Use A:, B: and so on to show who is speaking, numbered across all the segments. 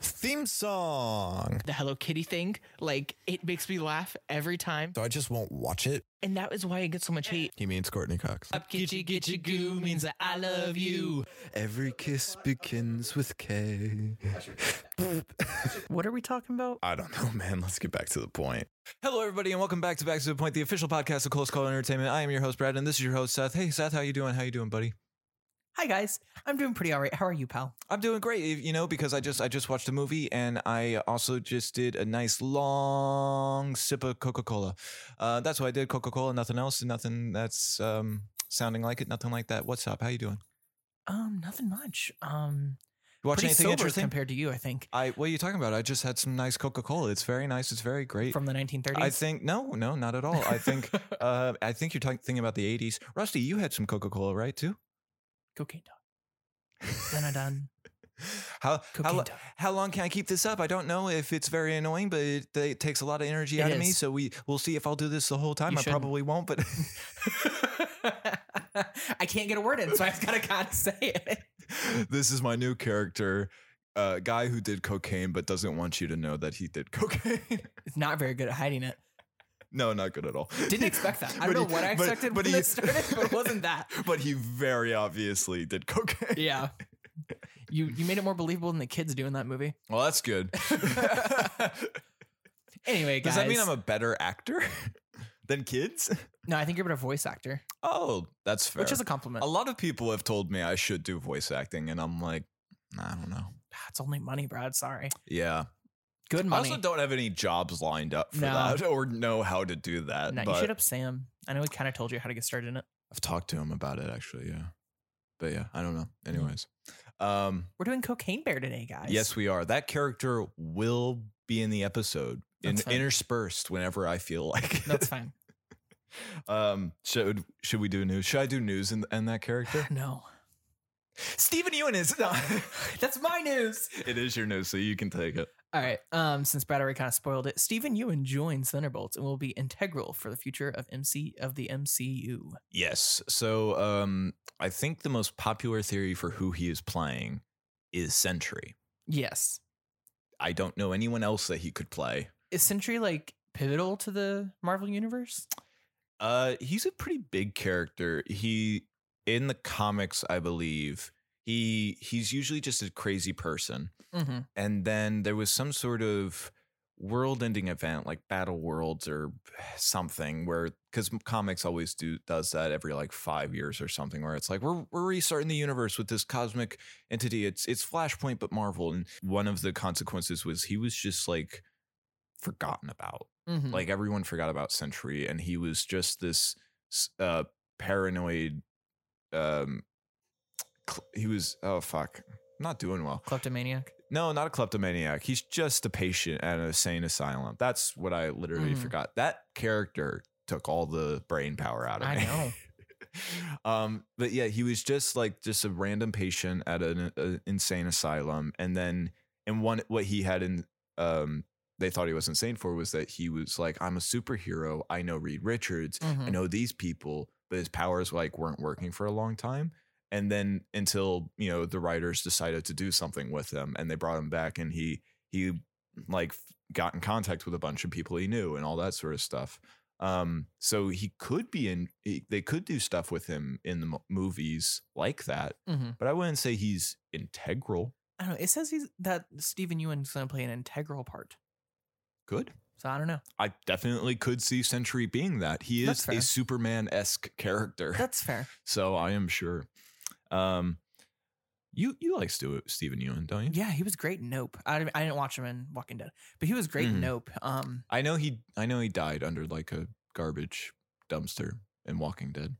A: theme song.
B: The Hello Kitty thing, like it makes me laugh every time.
A: So I just won't watch it.
B: And that is why it gets so much hate.
A: He means Courtney Cox.
B: Up Gitchy Gitchy Goo means that I love you.
A: Every kiss begins with K.
C: What are we talking about?
A: I don't know, man. Let's get back to the point. Hello, everybody, and welcome back to Back to the Point, the official podcast of Close Call Entertainment. I am your host, Brad, and this is your host, Seth. Hey, Seth, how you doing? How you doing, buddy?
C: Hi guys, I'm doing pretty all right. How are you, pal?
A: I'm doing great, you know, because I just I just watched a movie and I also just did a nice long sip of Coca Cola. Uh, that's what I did, Coca Cola, nothing else, nothing that's um, sounding like it, nothing like that. What's up? How you doing?
C: Um, nothing much. Um,
A: You watching
C: pretty
A: anything
C: sober
A: interesting?
C: compared to you, I think,
A: I what are you talking about? I just had some nice Coca Cola. It's very nice. It's very great.
C: from the 1930s.
A: I think no, no, not at all. I think uh, I think you're talking thinking about the 80s. Rusty, you had some Coca Cola, right? Too.
C: cocaine dog. Dun dun dun.
A: How how,
C: Cocaine
A: lo-
C: dog.
A: how long can I keep this up? I don't know if it's very annoying, but it, it takes a lot of energy
C: It
A: out of me.
C: is.
A: So we we'll see if I'll do this the whole time.
B: You
A: I
B: shouldn't.
A: probably won't, but
C: I can't get a word in, so I've got to gotta say it.
A: this is my new character, uh, guy who did cocaine but doesn't want you to know that he did cocaine.
C: It's not very good at hiding it.
A: no, not good at all.
C: Didn't expect that. I
A: But
C: don't know
A: he-
C: what I
A: but-
C: expected
A: but
C: when
A: he-
C: it started, but it wasn't that.
A: But he very obviously did cocaine.
C: Yeah. You you made it more believable than the kids do in that movie.
A: Well, that's good.
C: Anyway,
A: Does
C: guys.
A: that mean I'm a better actor than kids?
C: No, I think you're a better voice actor,
A: Oh, that's fair.
C: which is a compliment.
A: a lot of people have told me I should do voice acting, and I'm like, I don't know.
C: Ah, it's only money, Brad. Sorry.
A: Yeah.
C: Good money.
A: I also don't have any jobs lined up for
C: No.
A: that or know how to do that.
C: No, you
A: but
C: should have Sam. I know he kind of told you how to get started in it.
A: I've talked to him about it actually, yeah. But yeah, I don't know.
C: Mm.
A: Anyways. Um
C: We're doing Cocaine Bear today, guys.
A: yes, we are. That character will be in the episode. In,
C: That's fine.
A: interspersed whenever I feel like it.
C: that's fine.
A: um should should we do news? Should I do news in, in that character?
C: No,
A: Stephen Ewan is no.
C: that's my news.
A: it is your news, so you can take it.
C: All right. Um, since Brad already kind of spoiled it, Stephen Ewan joins Thunderbolts and will be integral for the future of MC of the MCU.
A: Yes. So um I think the most popular theory for who he is playing is Sentry.
C: Yes,
A: I don't know anyone else that he could play.
C: is Sentry like pivotal to the Marvel universe?
A: Uh, he's a pretty big character. He in the comics, I believe, he he's usually just a crazy person.
C: Mm-hmm.
A: And then there was some sort of world-ending event, like Battle Worlds or something, where because comics always do does that every like five years or something, where it's like we're we're restarting the universe with this cosmic entity. It's it's Flashpoint but Marvel. And one of the consequences was he was just like forgotten about
C: Mm-hmm.
A: like everyone forgot about Sentry, and he was just this s- uh, paranoid. Um, cl- he was oh fuck, not doing well.
C: Kleptomaniac.
A: No, not a kleptomaniac. He's just a patient at an insane asylum. That's what I literally
C: Mm.
A: forgot. That character took all the brain power out of
C: I
A: me.
C: know.
A: um, but yeah, he was just like just a random patient at an uh, insane asylum, and then and one what he had in um they thought he was insane for was that he was like I'm a superhero. I know Reed Richards. I
C: Mhm.
A: know these people, but his powers like weren't working for a long time. And then until, you know, the writers decided to do something with him and they brought him back and he he like f- got in contact with a bunch of people he knew and all that sort of stuff. Um so he could be in he, they could do stuff with him in the mo- movies like that,
C: Mhm.
A: but I wouldn't say he's integral.
C: I don't know. It says he's that Stephen Ewan's going to play an integral part.
A: Good.
C: So I don't know.
A: I definitely could see Sentry being that. He
C: That's
A: is a
C: fair.
A: Superman-esque character.
C: That's fair.
A: so I am sure. Um, you you like Stu- Stephen Ewan, don't you?
C: Yeah, he was great in Nope. I, I didn't watch him in Walking Dead, but he was great
A: Mhm.
C: in Nope. Um,
A: I know he I know he died under like a garbage dumpster in Walking Dead,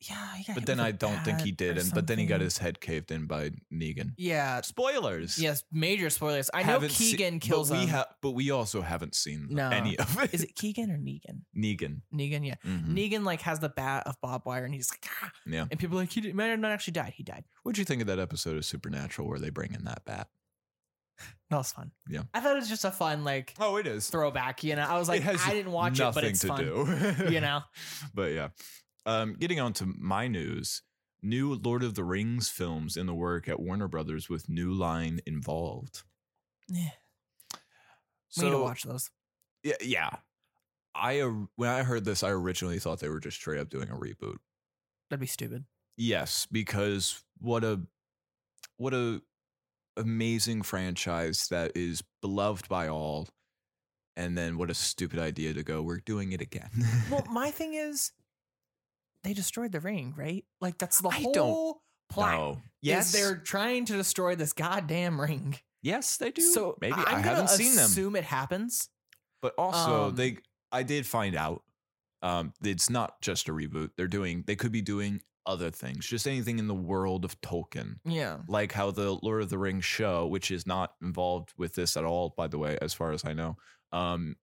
C: yeah, he got
A: but
C: hit
A: then
C: with a
A: I don't think he
C: bat or
A: did, and but then he got
C: something.
A: his head caved in by Negan.
C: yeah,
A: Spoilers.
C: yes, major spoilers. I know
A: Haven't se-
C: Keegan
A: but
C: kills
A: we
C: him.
A: ha- but we also haven't seen
C: No.
A: any of it.
C: Is it Keegan or Negan?
A: Negan?
C: Negan, yeah.
A: Mhm.
C: Negan like has the bat of Bob Wire, and he's like, ah.
A: Yeah.
C: And people are like, he did, might have not actually died. He died.
A: What'd you think of that episode of Supernatural where they bring in that bat?
C: That was fun.
A: Yeah.
C: I thought it was just a fun like
A: Oh, it is.
C: throwback. You know, I was like,
A: it has
C: I didn't watch it, but
A: nothing
C: it's
A: to
C: fun.
A: do.
C: You know,
A: but yeah. Um, getting on to my news, new Lord of the Rings films in the work at Warner Brothers with new line involved.
C: Yeah, we need to watch those.
A: Yeah, yeah. I or- when I heard this, I originally thought they were just straight up doing a reboot.
C: That'd be stupid.
A: Yes, because what a what a amazing franchise that is beloved by all, and then what a stupid idea to go. We're doing it again.
C: Well, my thing is, they destroyed the ring, right? Like that's the
A: I
C: whole
A: don't
C: plot.
A: No.
C: Yes, they're trying to destroy this goddamn ring.
A: yes they do.
C: So
A: maybe
C: I'm
A: I have not seen them.
C: Assume it happens.
A: But also,
C: Um,
A: they I did find out um, it's not just a reboot. They're doing they could be doing other things, just anything in the world of Tolkien,
C: Yeah.
A: like how the Lord of the Rings show, which is not involved with this at all, by the way, as far as I know. Um,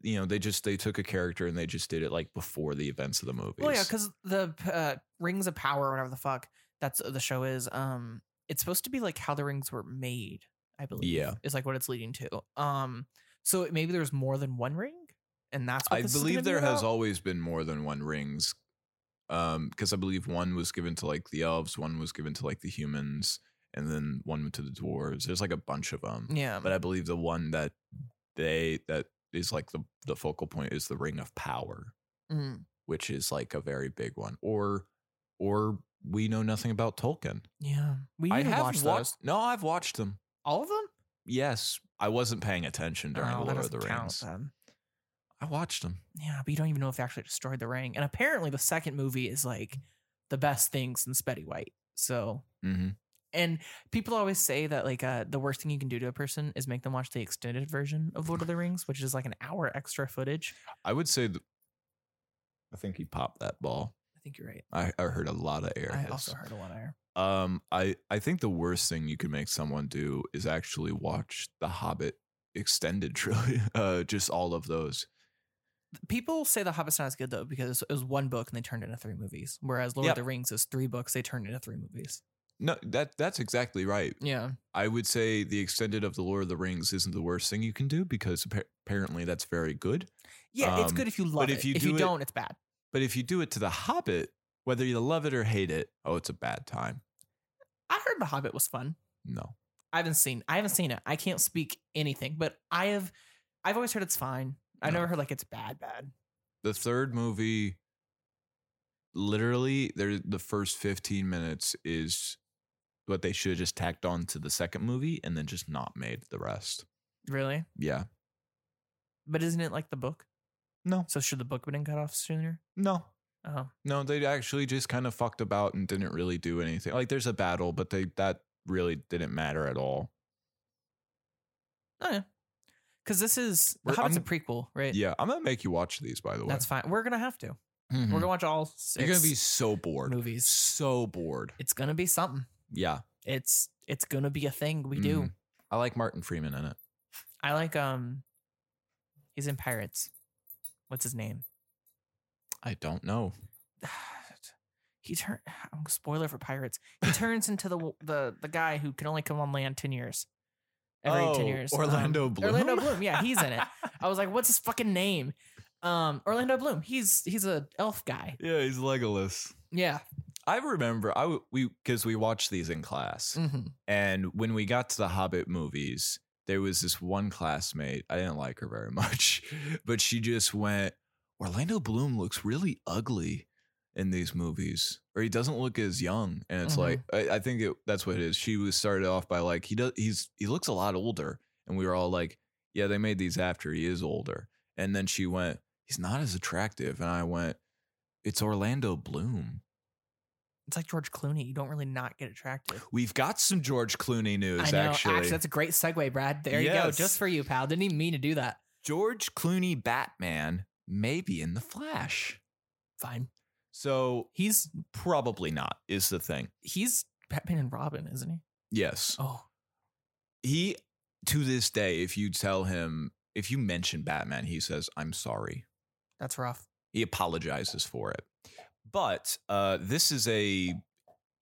A: you know, they just they took a character and they just did it like before the events of the movies.
C: Well, yeah, because the uh, Rings of Power, or whatever the fuck that's uh, the show is. Um, it's supposed to be like how the rings were made. I believe.
A: Yeah.
C: Is like what it's leading to. Um, so it- maybe there's more than one ring, and that's. What
A: I
C: this is gonna
A: believe
C: be
A: there has
C: about?
A: always been more than one rings. Um, because I believe one was given to like the elves, one was given to like the humans, and then one to the dwarves. There's like a bunch of them.
C: Yeah.
A: But I believe the one that they that is like the the focal point is the ring of power,
C: Mm,
A: which is like a very big one. Or or we know nothing about Tolkien.
C: yeah. We need
A: I
C: to
A: have
C: watch
A: wa-
C: those.
A: No, I've watched them.
C: All of them.
A: Yes, I wasn't paying attention during
C: Oh,
A: the
C: that
A: Lord of the
C: doesn't count
A: Rings.
C: then.
A: I watched them.
C: Yeah, but you don't even know if they actually destroyed the ring. And apparently, the second movie is like the best thing since Betty White. So,
A: hmm
C: and people always say that like uh, the worst thing you can do to a person is make them watch the extended version of Lord of the Rings, which is like an hour extra footage.
A: I would say. Th- I think he popped that ball.
C: I think you're right.
A: I, I heard a lot of air.
C: I
A: hits.
C: also heard a one hour.
A: Um, I I think the worst thing you could make someone do is actually watch the Hobbit extended trilogy, uh, just all of those.
C: People say The Hobbit's not as good though because it was one book and they turned it into three movies, whereas Lord
A: Yep.
C: of the Rings is three books they turned into three movies.
A: No, that that's exactly right.
C: Yeah,
A: I would say the extended of the Lord of the Rings isn't the worst thing you can do because appa- apparently that's very good.
C: yeah, it's
A: Um,
C: good if you love
A: if
C: it.
A: you
C: if you
A: do it-
C: don't, it's bad.
A: But if you do it to the Hobbit, whether you love it or hate it, oh, it's a bad time.
C: I heard The Hobbit was fun.
A: No,
C: I haven't seen. I haven't seen it. I can't speak anything, but I have. I've always heard it's fine. I
A: No.
C: never heard like it's bad, bad.
A: the third movie, literally, there the first fifteen minutes is what they should have just tacked on to the second movie and then just not made the rest.
C: Really?
A: Yeah.
C: But isn't it like the book?
A: No.
C: So should the book have been cut off sooner?
A: No.
C: Oh,
A: No, they actually just kind of fucked about and didn't really do anything. Like there's a battle, but they that really didn't matter at all.
C: oh yeah. Because this is the
A: We're-
C: Hobbit's
A: I'm-
C: a prequel, right?
A: Yeah, I'm gonna make you watch these by the way.
C: That's fine. We're gonna have to.
A: Mhm.
C: We're gonna watch all 6
A: You're gonna be so bored.
C: movies.
A: So bored.
C: It's gonna be something.
A: Yeah.
C: It's it's gonna be a thing we do.
A: Mhm. I like Martin Freeman in it.
C: I like um. He's in Pirates. What's his name?
A: I don't know.
C: he turn I'm a spoiler for pirates. He turns into the the the guy who can only come on land ten years. Every ten
A: Oh,
C: years.
A: Orlando
C: Um,
A: Bloom?
C: Orlando Bloom, yeah, he's in it. I was like, what's his fucking name? Um Orlando Bloom. He's he's a elf guy.
A: Yeah, he's Legolas.
C: Yeah.
A: I remember I w- we because we watched these in class.
C: Mhm.
A: And when we got to the Hobbit movies, there was this one classmate. I didn't like her very much, but she just went, Orlando Bloom looks really ugly in these movies, or he doesn't look as young. And it's
C: Mhm.
A: like, I, I think it, that's what it is. She was started off by like, he does, he's, he looks a lot older. And we were all like, yeah, they made these after he is older. And then she went, he's not as attractive. And I went, it's Orlando Bloom.
C: It's like George Clooney. You don't really not get attractive.
A: We've got some George Clooney news,
C: I know.
A: actually.
C: that's a great segue, Brad. There you go.
A: Yes.
C: Just for you, pal. Didn't even mean to do that.
A: George Clooney Batman may be in The Flash.
C: Fine.
A: So
C: He's
A: probably not is the thing.
C: he's Batman and Robin, isn't he?
A: Yes.
C: Oh.
A: He to this day if you tell him if you mention Batman, he says I'm sorry.
C: That's rough.
A: He apologizes for it. But uh this is a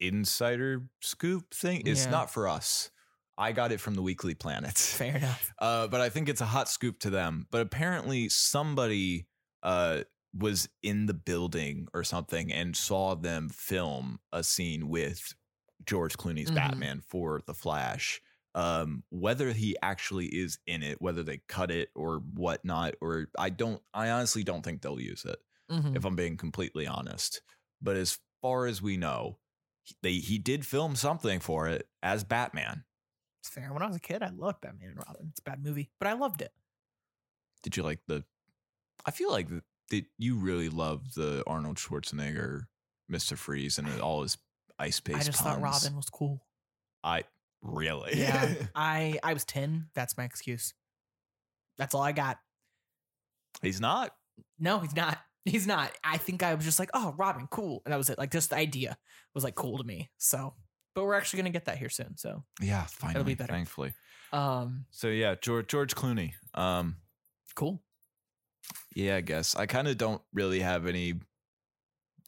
A: insider scoop thing. It's
C: Yeah.
A: not for us. I got it from the Weekly Planet.
C: Fair enough.
A: uh, but I think it's a hot scoop to them. But apparently, somebody uh, was in the building or something and saw them film a scene with George Clooney's
C: Mhm.
A: Batman for The Flash. um, whether he actually is in it, whether they cut it or whatnot, or I don't, I honestly don't think they'll use it
C: Mhm.
A: if I'm being completely honest. But as far as we know, he- they he did film something for it as Batman.
C: It's fair. When I was a kid, I loved Batman and Robin. It's a bad movie, but I loved it.
A: Did you like the? I feel like th- that you really loved the Arnold Schwarzenegger, Mister Freeze, and all his ice
C: I
A: paste.
C: just thought
A: puns.
C: Robin was cool.
A: I really.
C: Yeah, I I was ten. That's my excuse. That's all I got.
A: he's not.
C: No, he's not. He's not. I think I was just like, oh, Robin, cool, and that was it. Like just the idea was like cool to me. So, but we're actually gonna get that here soon. So,
A: Yeah, finally,
C: be better.
A: thankfully.
C: um,
A: So yeah, George George Clooney. Um,
C: cool.
A: yeah, I guess I kind of don't really have any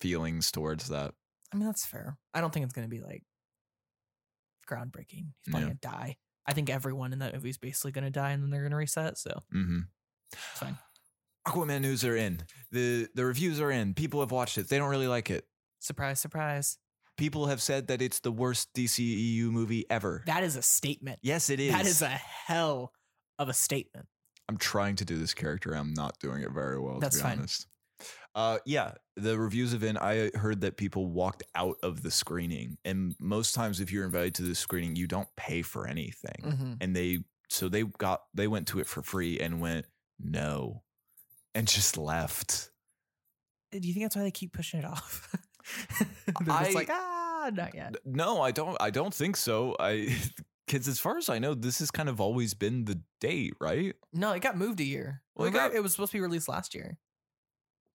A: feelings towards that.
C: I mean, that's fair. I don't think it's gonna be like groundbreaking. He's probably
A: Yeah.
C: gonna die. I think everyone in that movie is basically gonna die, and then they're gonna reset. So
A: Mm-hmm.
C: it's fine.
A: Aquaman news are in. The the reviews are in. People have watched it. They don't really like it.
C: Surprise, surprise.
A: People have said that it's the worst DCEU movie ever.
C: That is a statement.
A: yes, it is.
C: That is a hell of a statement.
A: I'm trying to do this character. I'm not doing it very well,
C: That's
A: to be
C: fine.
A: honest. Uh, yeah, the reviews have been. I heard that people walked out of the screening, and most times, if you're invited to the screening, you don't pay for anything.
C: Mm-hmm.
A: and they so they got they went to it for free and went no and just left
C: Do you think that's why they keep pushing it off? They're
A: I-
C: just like, ah, not yet.
A: no i don't i don't think so i because as far as i know this has kind of always been the date right
C: No, it got moved a year.
A: Well, it
C: Remember, it,
A: got-
C: was supposed to be released last year.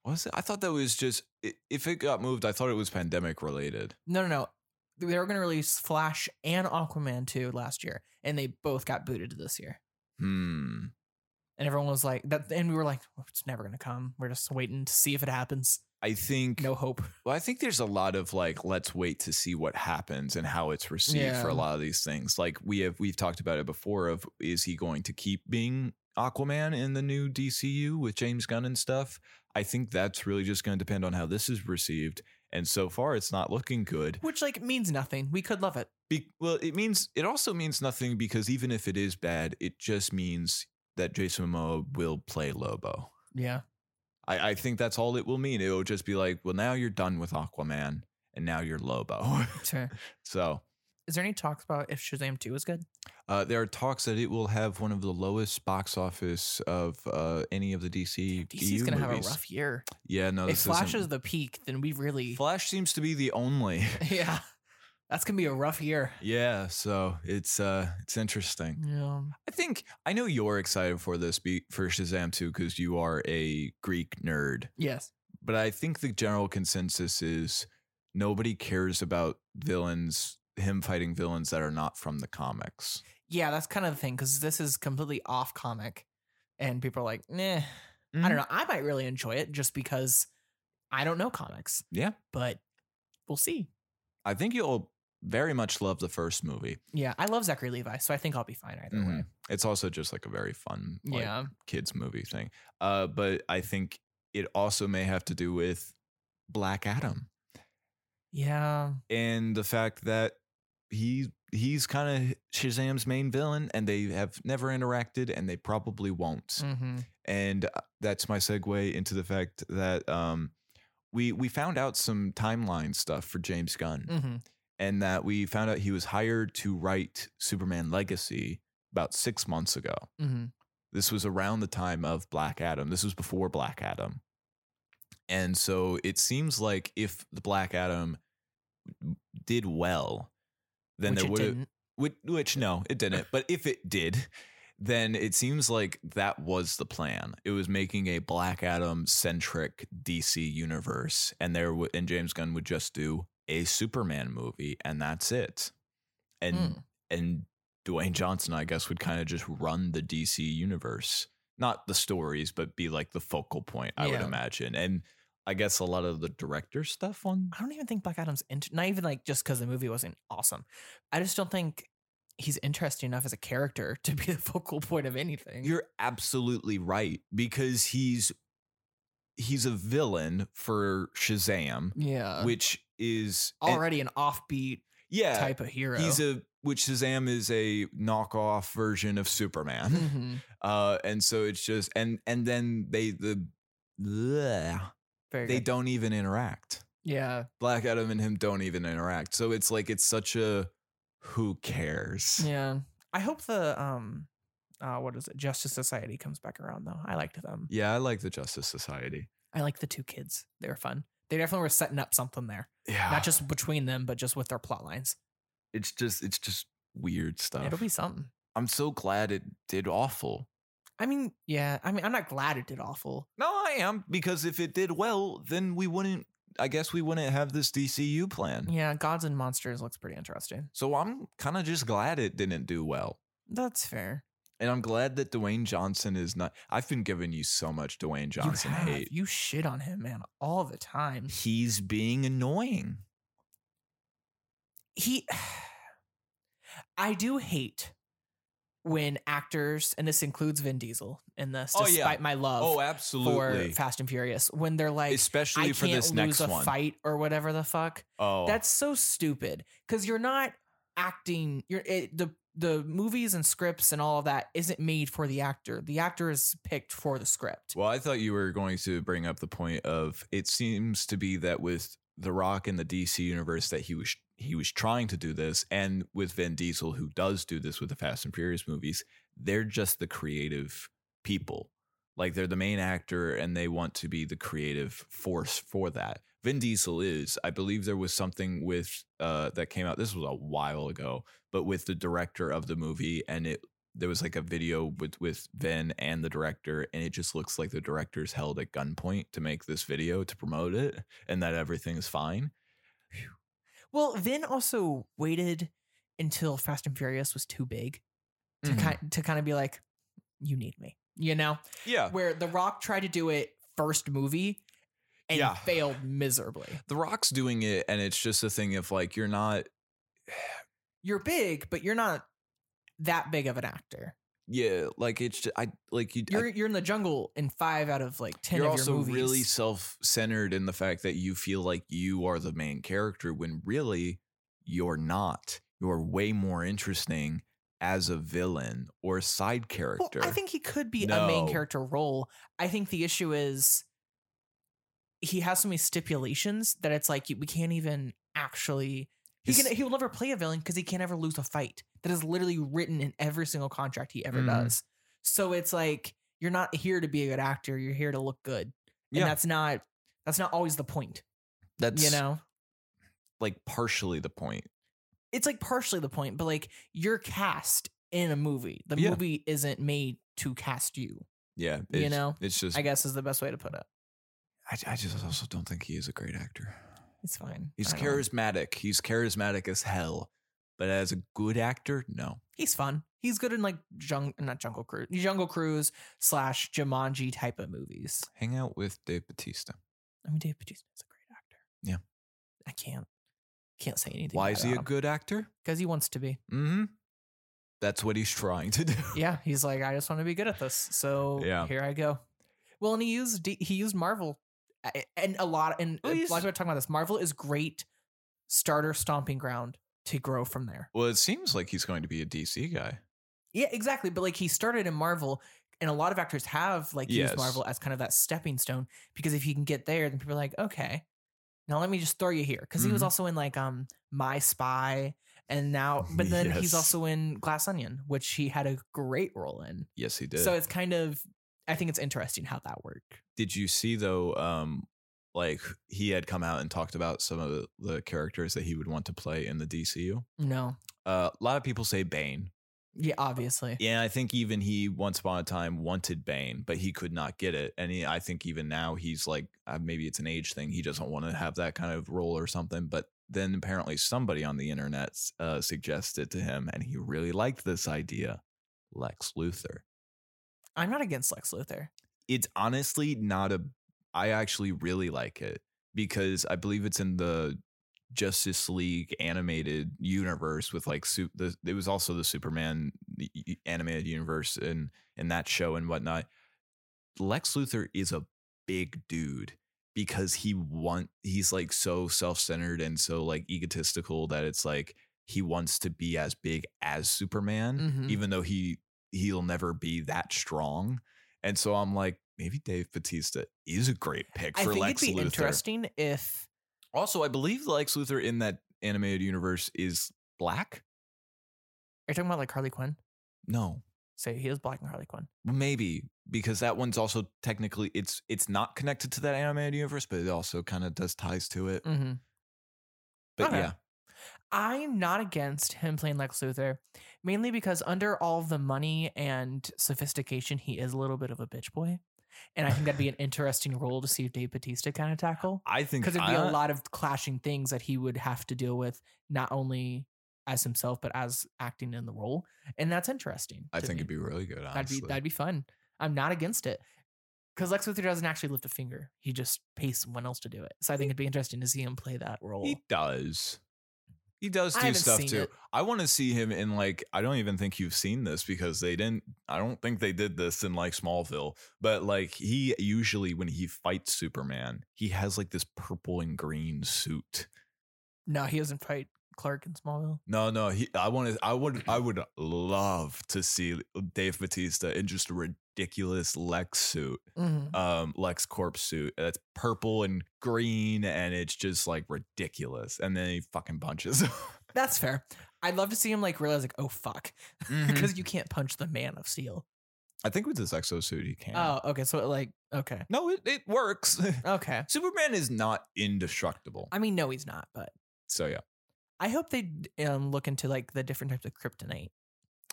A: was it i thought that was just i- if it got moved i thought it was pandemic related
C: No, no, no. They were going to release Flash and Aquaman 2 last year, and they both got booted to this year.
A: hmm
C: And everyone was like, that, and we were like, "Well, it's never going to come. We're just waiting to see if it happens.
A: i think
C: No hope.
A: Well, I think there's a lot of like, let's wait to see what happens and how it's received for a
C: Yeah.
A: lot of these things. Like we have we've talked about it before of is he going to keep being Aquaman in the new DCU with James Gunn and stuff? I think that's really just going to depend on how this is received. And so far it's not looking good.
C: Which, like, means nothing. We could love it.
A: Be- well, it means it also means nothing because even if it is bad, it just means that Jason Momoa will play Lobo.
C: Yeah.
A: I, I think that's all it will mean. It will just be like, well, now you're done with Aquaman and now you're Lobo.
C: Sure.
A: so
C: Is there any talks about if Shazam 2 is good?
A: Uh, there are talks that it will have one of the lowest box office of uh, any of the DC.
C: DC's
A: EU
C: going to have a
A: movies.
C: rough year.
A: Yeah, no.
C: if
A: This isn't-
C: Flash is the peak, then we really.
A: Flash seems to be the only.
C: yeah. That's going to be a rough year.
A: yeah, so it's uh, it's interesting.
C: Yeah.
A: I think I know you're excited for this be- for Shazam too because you are a Greek nerd.
C: Yes.
A: But I think the general consensus is nobody cares about villains, him fighting villains that are not from the comics.
C: Yeah, that's kind of the thing because this is completely off comic, and people are like, "Nah,
A: Mm-hmm.
C: I don't know. I might really enjoy it just because I don't know comics."
A: Yeah.
C: but we'll see.
A: I think you'll very much love the first movie.
C: Yeah, I love Zachary Levi, so I think I'll be fine either way.
A: Mhm. It's also just like a very fun like,
C: Mm-hmm. yeah,
A: kids movie thing. Uh, but I think it also may have to do with Black Adam
C: yeah,
A: and the fact that he he's kind of Shazam's main villain, and they have never interacted, and they probably won't.
C: hmm
A: And uh, that's my segue into the fact that um, we we found out some timeline stuff for James Gunn
C: hmm
A: and that we found out he was hired to write Superman Legacy about six months ago.
C: hmm
A: This was around the time of Black Adam. This was before Black Adam. And so it seems like if the Black Adam did well, then
C: Which
A: there
C: it
A: would have
C: didn't.
A: which, which no, it didn't. But if it did, then it seems like that was the plan. It was making a Black Adam centric DC universe, and there w- and James Gunn would just do a Superman movie, and that's it. And
C: Hmm.
A: and Dwayne Johnson, I guess, would kind of just run the DC universe, not the stories, but be like the focal point. I would
C: Yeah.
A: imagine, and I guess a lot of the director stuff on
C: I don't even think Black Adam's int- not even like just because the movie wasn't awesome. I just don't think he's interesting enough as a character to be the focal point of anything.
A: You're absolutely right because he's he's a villain for Shazam,
C: yeah,
A: which is and-
C: already an offbeat
A: yeah.
C: type of hero.
A: He's a which Shazam is a knockoff version of Superman.
C: Mhm.
A: Uh, and so it's just and and then they the bleh,
C: Very
A: they
C: good.
A: don't even interact.
C: Yeah.
A: Black Adam and him don't even interact. So it's like it's such a who cares?
C: Yeah. I hope the um uh what is it? Justice Society comes back around though. I liked them.
A: Yeah, I like the Justice Society.
C: I liked the two kids. They were fun. They definitely were setting up something there.
A: Yeah.
C: Not just between them, but just with their plot lines.
A: it's just it's just weird stuff.
C: It'll be something.
A: I'm so glad it did awful.
C: I mean, yeah. I mean, I'm not glad it did awful.
A: No, I am because if it did well, then we wouldn't. I guess we wouldn't have this DCU plan.
C: Yeah, Gods and Monsters looks pretty interesting.
A: So I'm kind of just glad it didn't do well,
C: That's fair.
A: and I'm glad that Dwayne Johnson is not. I've been giving you so much Dwayne Johnson
C: you have-
A: hate.
C: You shit on him, man, all the time.
A: He's being annoying.
C: He I do hate when actors, and this includes Vin Diesel in this,
A: Oh,
C: despite
A: yeah.
C: my love
A: oh,
C: for
A: absolutely.
C: Fast and Furious, when they're like
A: Especially
C: I
A: for
C: can't
A: this
C: lose
A: next
C: a
A: one.
C: fight or whatever the fuck.
A: oh,
C: That's so stupid because you're not acting. You're it, the the movies and scripts and all of that isn't made for the actor. The actor is picked for the script.
A: Well, I thought you were going to bring up the point of it seems to be that with The Rock in the DC universe that he was he was trying to do this, and with Vin Diesel who does do this with the Fast and Furious movies, they're just the creative people. Like they're the main actor and they want to be the creative force for that. Vin Diesel is, I believe there was something with uh that came out this was a while ago, but with the director of the movie and it there was like a video with with Vin and the director, and it just looks like the director's held at gunpoint to make this video to promote it, and that everything's fine.
C: Well, Vin also waited until Fast and Furious was too big to
A: Mm-hmm.
C: kind to kind of be like, you need me, you know.
A: Yeah,
C: Where The Rock tried to do it first movie and
A: Yeah.
C: failed miserably.
A: The Rock's doing it, and it's just a thing of like you're not.
C: You're big, but you're not that big of an actor.
A: Yeah, like it's ju- I like you. I-
C: you're you're in the jungle in five out of like 10
A: you're
C: of your
A: also
C: movies.
A: really self-centered in the fact that you feel like you are the main character when really you're not. You're way more interesting as a villain or side
C: well,
A: character.
C: I think he could be a main
A: No.
C: character role. I think the issue is he has so many stipulations that it's like you- we can't even actually he
A: His-
C: can he will never play a villain because he can't ever lose a fight. That is literally written in every single contract he ever
A: Mhm.
C: does. So it's like you're not here to be a good actor, you're here to look good. And
A: Yeah.
C: that's not that's not always the point,
A: that's
C: you know?
A: like partially the point.
C: it's like partially the point, but like you're cast in a movie. The
A: Yeah.
C: movie isn't made to cast you,
A: Yeah,
C: You
A: it's-
C: know?
A: it's just
C: I
A: I,
C: guess is the best way to put it.
A: I just also don't think he is a great actor.
C: It's fine.
A: He's
C: I don't know.
A: charismatic. He's charismatic as hell, but as a good actor, no.
C: He's fun. He's good in like jungle, not jungle cruise, jungle cruise slash Jumanji type of movies.
A: Hang out with Dave Batista.
C: I mean, Dave Bautista's a great actor.
A: Yeah.
C: I can't, can't say anything.
A: Why is he a good actor?
C: Because he wants to be.
A: Mm-hmm. That's what he's trying to do.
C: Yeah, he's like, I just want to be good at this. So
A: Yeah.
C: here I go. Well, and he used D- he used Marvel, A- and a lot and
A: Well,
C: a
A: he's-
C: lot of people are talking about this. Marvel is great starter stomping ground to grow from there.
A: Well, it seems like he's going to be a DC guy.
C: Yeah, exactly. But like he started in Marvel, and a lot of actors have like
A: Yes.
C: used Marvel as kind of that stepping stone because if he can get there, then people are like, okay, now let me just throw you here because he was
A: Mhm.
C: also in like um My Spy, and now but then
A: Yes.
C: he's also in Glass Onion, which he had a great role in.
A: Yes, he did.
C: So it's kind of, I think it's interesting how that worked.
A: did you see though? Um, like he had come out and talked about some of the- the characters that he would want to play in the DCU.
C: No.
A: Uh, a lot of people say Bane.
C: Yeah, obviously.
A: Yeah, I think even he once upon a time wanted Bane, but he could not get it. And he, I think even now he's like, uh, maybe it's an age thing. He doesn't want to have that kind of role or something. But then apparently somebody on the internet uh, suggested to him, and he really liked this idea Lex Luthor.
C: I'm not against Lex Luthor.
A: It's honestly not a, I actually really like it because I believe it's in the Justice League animated universe with like su- the it was also the Superman y- y- animated universe and and that show and whatnot. Lex Luthor is a big dude because he want he's like so self centered and so like egotistical that it's like he wants to be as big as Superman,
C: Mhm.
A: even though he he'll never be that strong. And so I'm like, maybe Dave Batista is a great pick
C: I
A: for
C: think
A: Lex
C: it'd be
A: Luthor.
C: interesting if
A: Also, I believe Lex Luthor in that animated universe is black.
C: are you talking about like Harley Quinn?
A: No,
C: Say he is black and Harley Quinn.
A: maybe because that one's also technically it's it's not connected to that animated universe, but it also kind of does ties to it.
C: Mm-hmm.
A: But
C: Okay.
A: yeah,
C: I'm not against him playing Lex Luthor, mainly because under all the money and sophistication, he is a little bit of a bitch boy. And I think that'd be an interesting role to see if Dave Batista kind of tackle.
A: I think
C: Because it'd be
A: I-
C: a lot of clashing things that he would have to deal with, not only as himself, but as acting in the role. And that's interesting.
A: I
C: to
A: think
C: me.
A: it'd be really good.
C: that'd
A: Honestly.
C: be that'd be fun. I'm not against it. Because Lex Luthor doesn't actually lift a finger. He just pays someone else to do it. So I think it'd be interesting to see him play that role.
A: He does. He does
C: I
A: do
C: haven't
A: stuff
C: seen
A: too.
C: it.
A: I want to see him in like I don't even think you've seen this because they didn't I don't think they did this in like Smallville, but like he usually when he fights Superman, he has like this purple and green suit.
C: no, he doesn't fight Clark in Smallville.
A: No, no, he I want to I would I would love to see Dave Batista in just a ridiculous Lex suit.
C: Mm-hmm.
A: um Lex Corp suit that's purple and green and it's just like ridiculous. And then he fucking punches.
C: That's fair. I'd love to see him like realize like, oh fuck,
A: Because
C: because you can't punch the Man of Steel.
A: I think with his exo suit he can.
C: Oh, okay. So like, okay,
A: No, it, it works.
C: okay.
A: Superman is not indestructible.
C: I mean, no, he's not. But
A: so yeah.
C: I hope they um, look into like the different types of kryptonite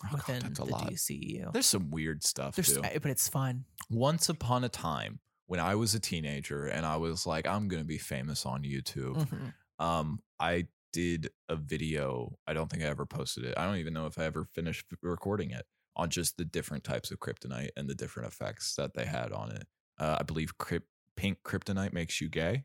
A: Oh, God,
C: within
A: that's a
C: the
A: lot.
C: DCU.
A: There's some weird stuff
C: There's,
A: too.
C: I- but it's fun.
A: Once upon a time, when I was a teenager and I was like, I'm gonna be famous on YouTube.
C: Mhm.
A: um i did a video i don't think i ever posted it i don't even know if i ever finished f- recording it on just the different types of kryptonite and the different effects that they had on it uh, i believe crypt- pink kryptonite makes you gay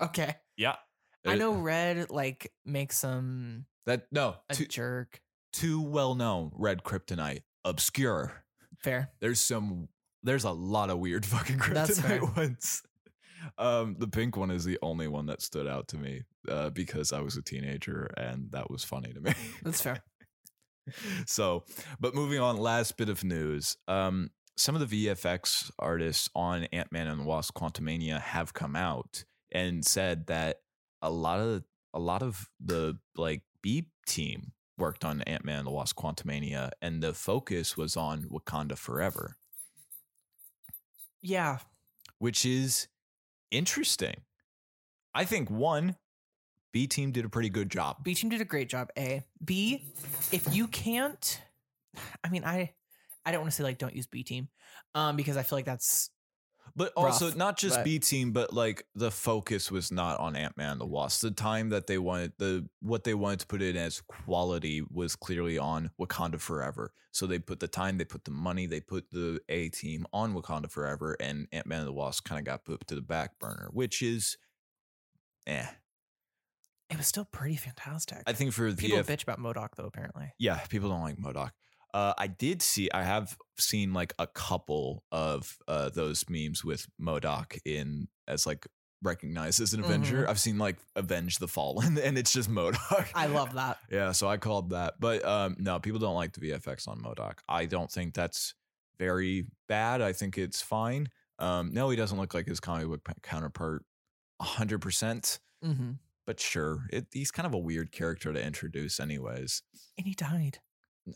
C: Okay,
A: yeah
C: I know red like makes him
A: that no
C: a
A: too,
C: jerk.
A: too well known red kryptonite obscure
C: Fair.
A: there's some there's a lot of weird fucking
C: That's fair.
A: kryptonite ones um the pink one is the only one that stood out to me uh, because i was a teenager and that was funny to me
C: That's fair.
A: Um,
C: Yeah.
A: which is interesting. I think one B team did a pretty good job.
C: B team did a great job. A. B. If you can't, I mean, I, I don't want to say like don't use B team, um, because I feel like that's
A: But also
C: rough,
A: not just
C: but-
A: B team, but like the focus was not on Ant Man and the Wasp. The time that they wanted the what they wanted to put in as quality was clearly on Wakanda Forever. So they put the time, they put the money, they put the A team on Wakanda Forever, and Ant Man and the Wasp kind of got put to the back burner, which is eh.
C: it was still pretty fantastic.
A: I think for the
C: People
A: VF
C: bitch about Modoc though, apparently.
A: yeah, people don't like Modoc. Uh, I did see, I have seen like a couple of uh, those memes with Modoc in as like recognized as an Avenger. I've seen like Avenge the Fallen, and it's just Modoc.
C: Mm-hmm. I love that.
A: Yeah, so I called that, but um, no, people don't like the VFX on Modoc. I don't think that's very bad. I think it's fine. Um, no, he doesn't look like his comic book p- counterpart, hundred percent.
C: Mm-hmm.
A: But sure, it, he's kind of a weird character to introduce, anyways
C: And he died.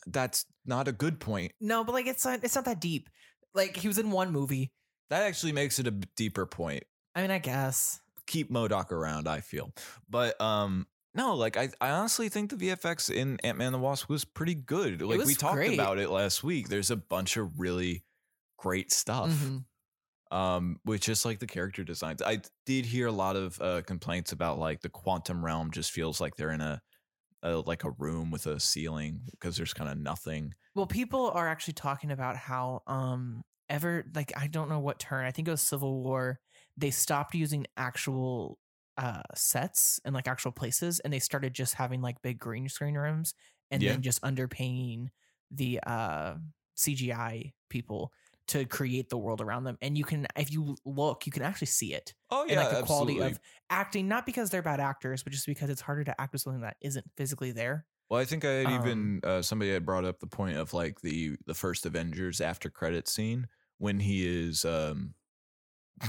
A: that's not a good point.
C: No, but like it's not it's not that deep. Like he was in one movie.
A: That actually makes it a b- deeper point.
C: I mean, I guess.
A: Keep Modoc around, I feel. But um no, like I, I honestly think the VFX in Ant Man the Wasp was pretty good. Like we
C: was
A: talked
C: great.
A: about it last week. There's a bunch of really great stuff.
C: Mhm.
A: Um, with just like the character designs. I did hear a lot of uh complaints about like the quantum realm just feels like they're in a, a like a room with a ceiling because there's kind of nothing.
C: Well, people are actually talking about how um ever like I don't know what turn. I think it was Civil War. They stopped using actual uh sets and like actual places, and they started just having like big green screen rooms, and
A: Yeah.
C: then just underpaying the uh CGI people to create the world around them. And you can, if you look, you can actually see it.
A: Oh
C: and
A: yeah,
C: like the
A: absolutely.
C: quality of acting, not because they're bad actors, but just because it's harder to act with something that isn't physically there.
A: Well, I think I had even
C: Um,
A: uh, somebody had brought up the point of like the the first Avengers after credit scene when he is. um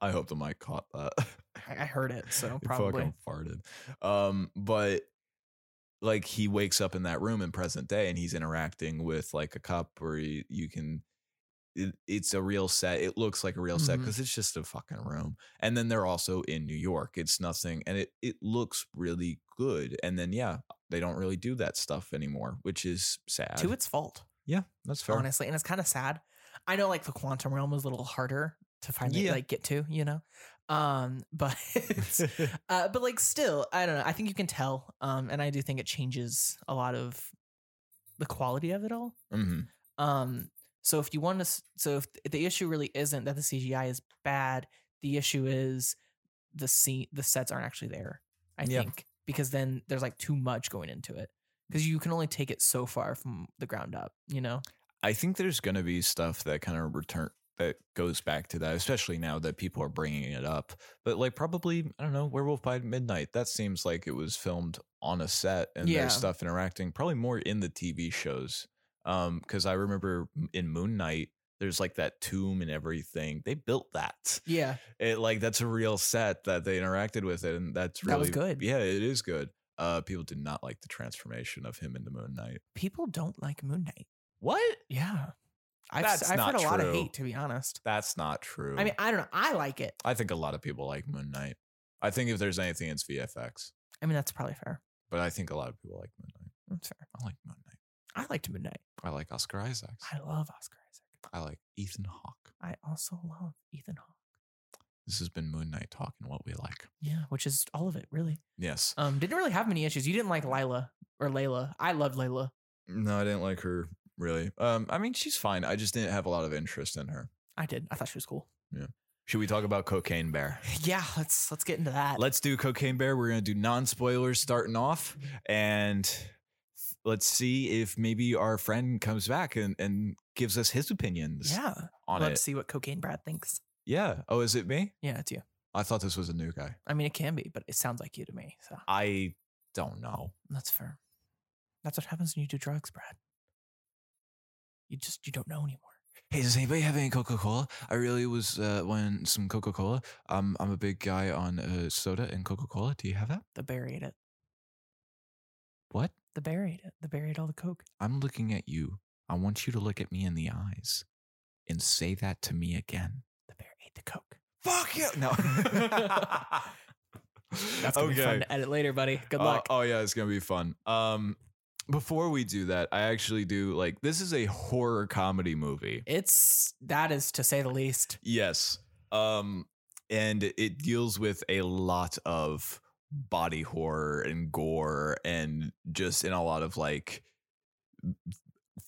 A: I hope the mic caught that.
C: I- I heard it, so
A: It
C: probably.
A: fucking farted. Um, but like he wakes up in that room in present day and he's interacting with like a cop where you, you can. It, it's a real set. It looks like a real set
C: Mhm.
A: because it's just a fucking room. And then they're also in New York. It's nothing, and it it looks really good. And then yeah, they don't really do that stuff anymore, which is sad.
C: To its fault,
A: yeah, that's fair.
C: honestly. And it's kind of sad. I know like the quantum realm is a little harder to finally
A: Yeah.
C: like get to, you know? Um, but uh, but like still, I don't know. I think you can tell. Um, and I do think it changes a lot of the quality of it all.
A: hmm
C: Um, so if you want to, s- so if th- the issue really isn't that the CGI is bad, the issue is the scene, the sets aren't actually there. I
A: Yeah.
C: think because then there's like too much going into it because you can only take it so far from the ground up, you know.
A: I think there's going to be stuff that kind of return that goes back to that, especially now that people are bringing it up. But like probably, I don't know, Werewolf by Midnight. That seems like it was filmed on a set and
C: Yeah.
A: there's stuff interacting probably more in the TV shows. Um, cuz I remember in Moon Knight there's like that tomb and everything. They built that.
C: Yeah,
A: It like that's a real set that they interacted with it and that's really
C: That was good.
A: Yeah, it is good. Uh people did not like the transformation of him into Moon Knight.
C: people don't like Moon Knight.
A: What?
C: Yeah, I've s-
A: That's
C: I've
A: not
C: heard a lot of
A: true.
C: hate to be honest.
A: That's not true.
C: I mean, I don't know. I like it.
A: I think a lot of people like Moon Knight. I think if there's anything, it's VFX.
C: I mean, that's probably fair.
A: But I think a lot of people like Moon Knight.
C: That's fair.
A: I like Moon Knight.
C: I liked Moon Knight.
A: I like Oscar Isaacs.
C: I love Oscar Isaac.
A: I like Ethan Hawke.
C: I also love Ethan Hawke.
A: This has been Moon Knight talking what we like.
C: Yeah, which is all of it really.
A: Yes.
C: Um, didn't really have many issues. You didn't like Lila or Layla. I loved Layla.
A: No, I didn't like her really. Um, I mean, she's fine. I just didn't have a lot of interest in her.
C: I did. I thought she was cool.
A: Should we talk about Cocaine Bear?
C: Yeah, let's let's get into that.
A: Let's do Cocaine Bear. We're gonna do non spoilers starting off, and let's see if maybe our friend comes back and, and gives us his opinions
C: yeah,
A: on
C: love
A: it.
C: to see what Cocaine Brad thinks.
A: Yeah. Oh, is it me?
C: Yeah, it's you.
A: I thought this was a new guy.
C: I mean, it can be, but it sounds like you to me. So
A: I don't know.
C: that's fair. That's what happens when you do drugs, Brad. You just you don't know anymore.
A: Hey, does anybody have any Coca Cola? I really was uh, wanting some Coca Cola. Um, I'm a big guy on uh, soda and Coca Cola. Do you have that?
C: The bear ate it.
A: What?
C: The bear ate it. The bear ate all the coke.
A: I'm looking at you. I want you to look at me in the eyes and say that to me again.
C: The bear ate the coke.
A: Fuck you! No.
C: That's gonna be fun to edit later, buddy. Good
A: Uh,
C: luck.
A: oh yeah, it's gonna be fun. Um, before we do that, I actually do like this is a horror comedy movie.
C: it's that is to say the least.
A: Yes. Um, and it deals with a lot of body horror and gore and just in a lot of like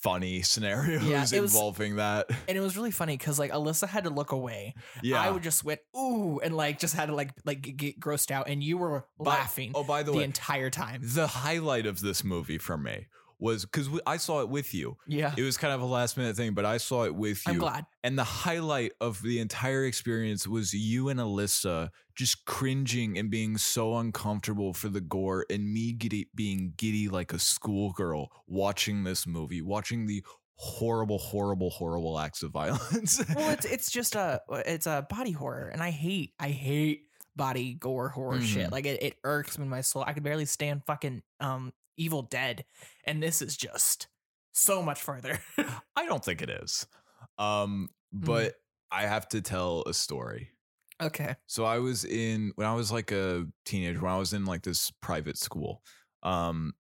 A: funny scenarios
C: Yeah, it was-
A: involving that.
C: And it was really funny because like Alyssa had to look away
A: Yeah.
C: I would just went ooh and like just had to like like get- get grossed out, and you were
A: By-
C: laughing
A: oh, by the,
C: the,
A: way,
C: entire time.
A: the highlight of this movie for me was because I saw it with you.
C: Yeah,
A: It was kind of a last minute thing, but I saw it with you.
C: I'm glad.
A: And the highlight of the entire experience was you and Alyssa just cringing and being so uncomfortable for the gore, and me giddy, being giddy like a schoolgirl watching this movie, watching the horrible, horrible, horrible acts of violence.
C: Well, it's it's just a uh, it's a body horror, and I hate I hate body gore horror
A: Mhm.
C: shit. Like it, it irks me in my soul. I could barely stand fucking um Evil Dead, and this is just so much further.
A: I don't think it is. Um,
C: Mm.
A: but I have to tell a story.
C: okay,
A: So I was in when I was like a teenager, when I was in like this private school, um,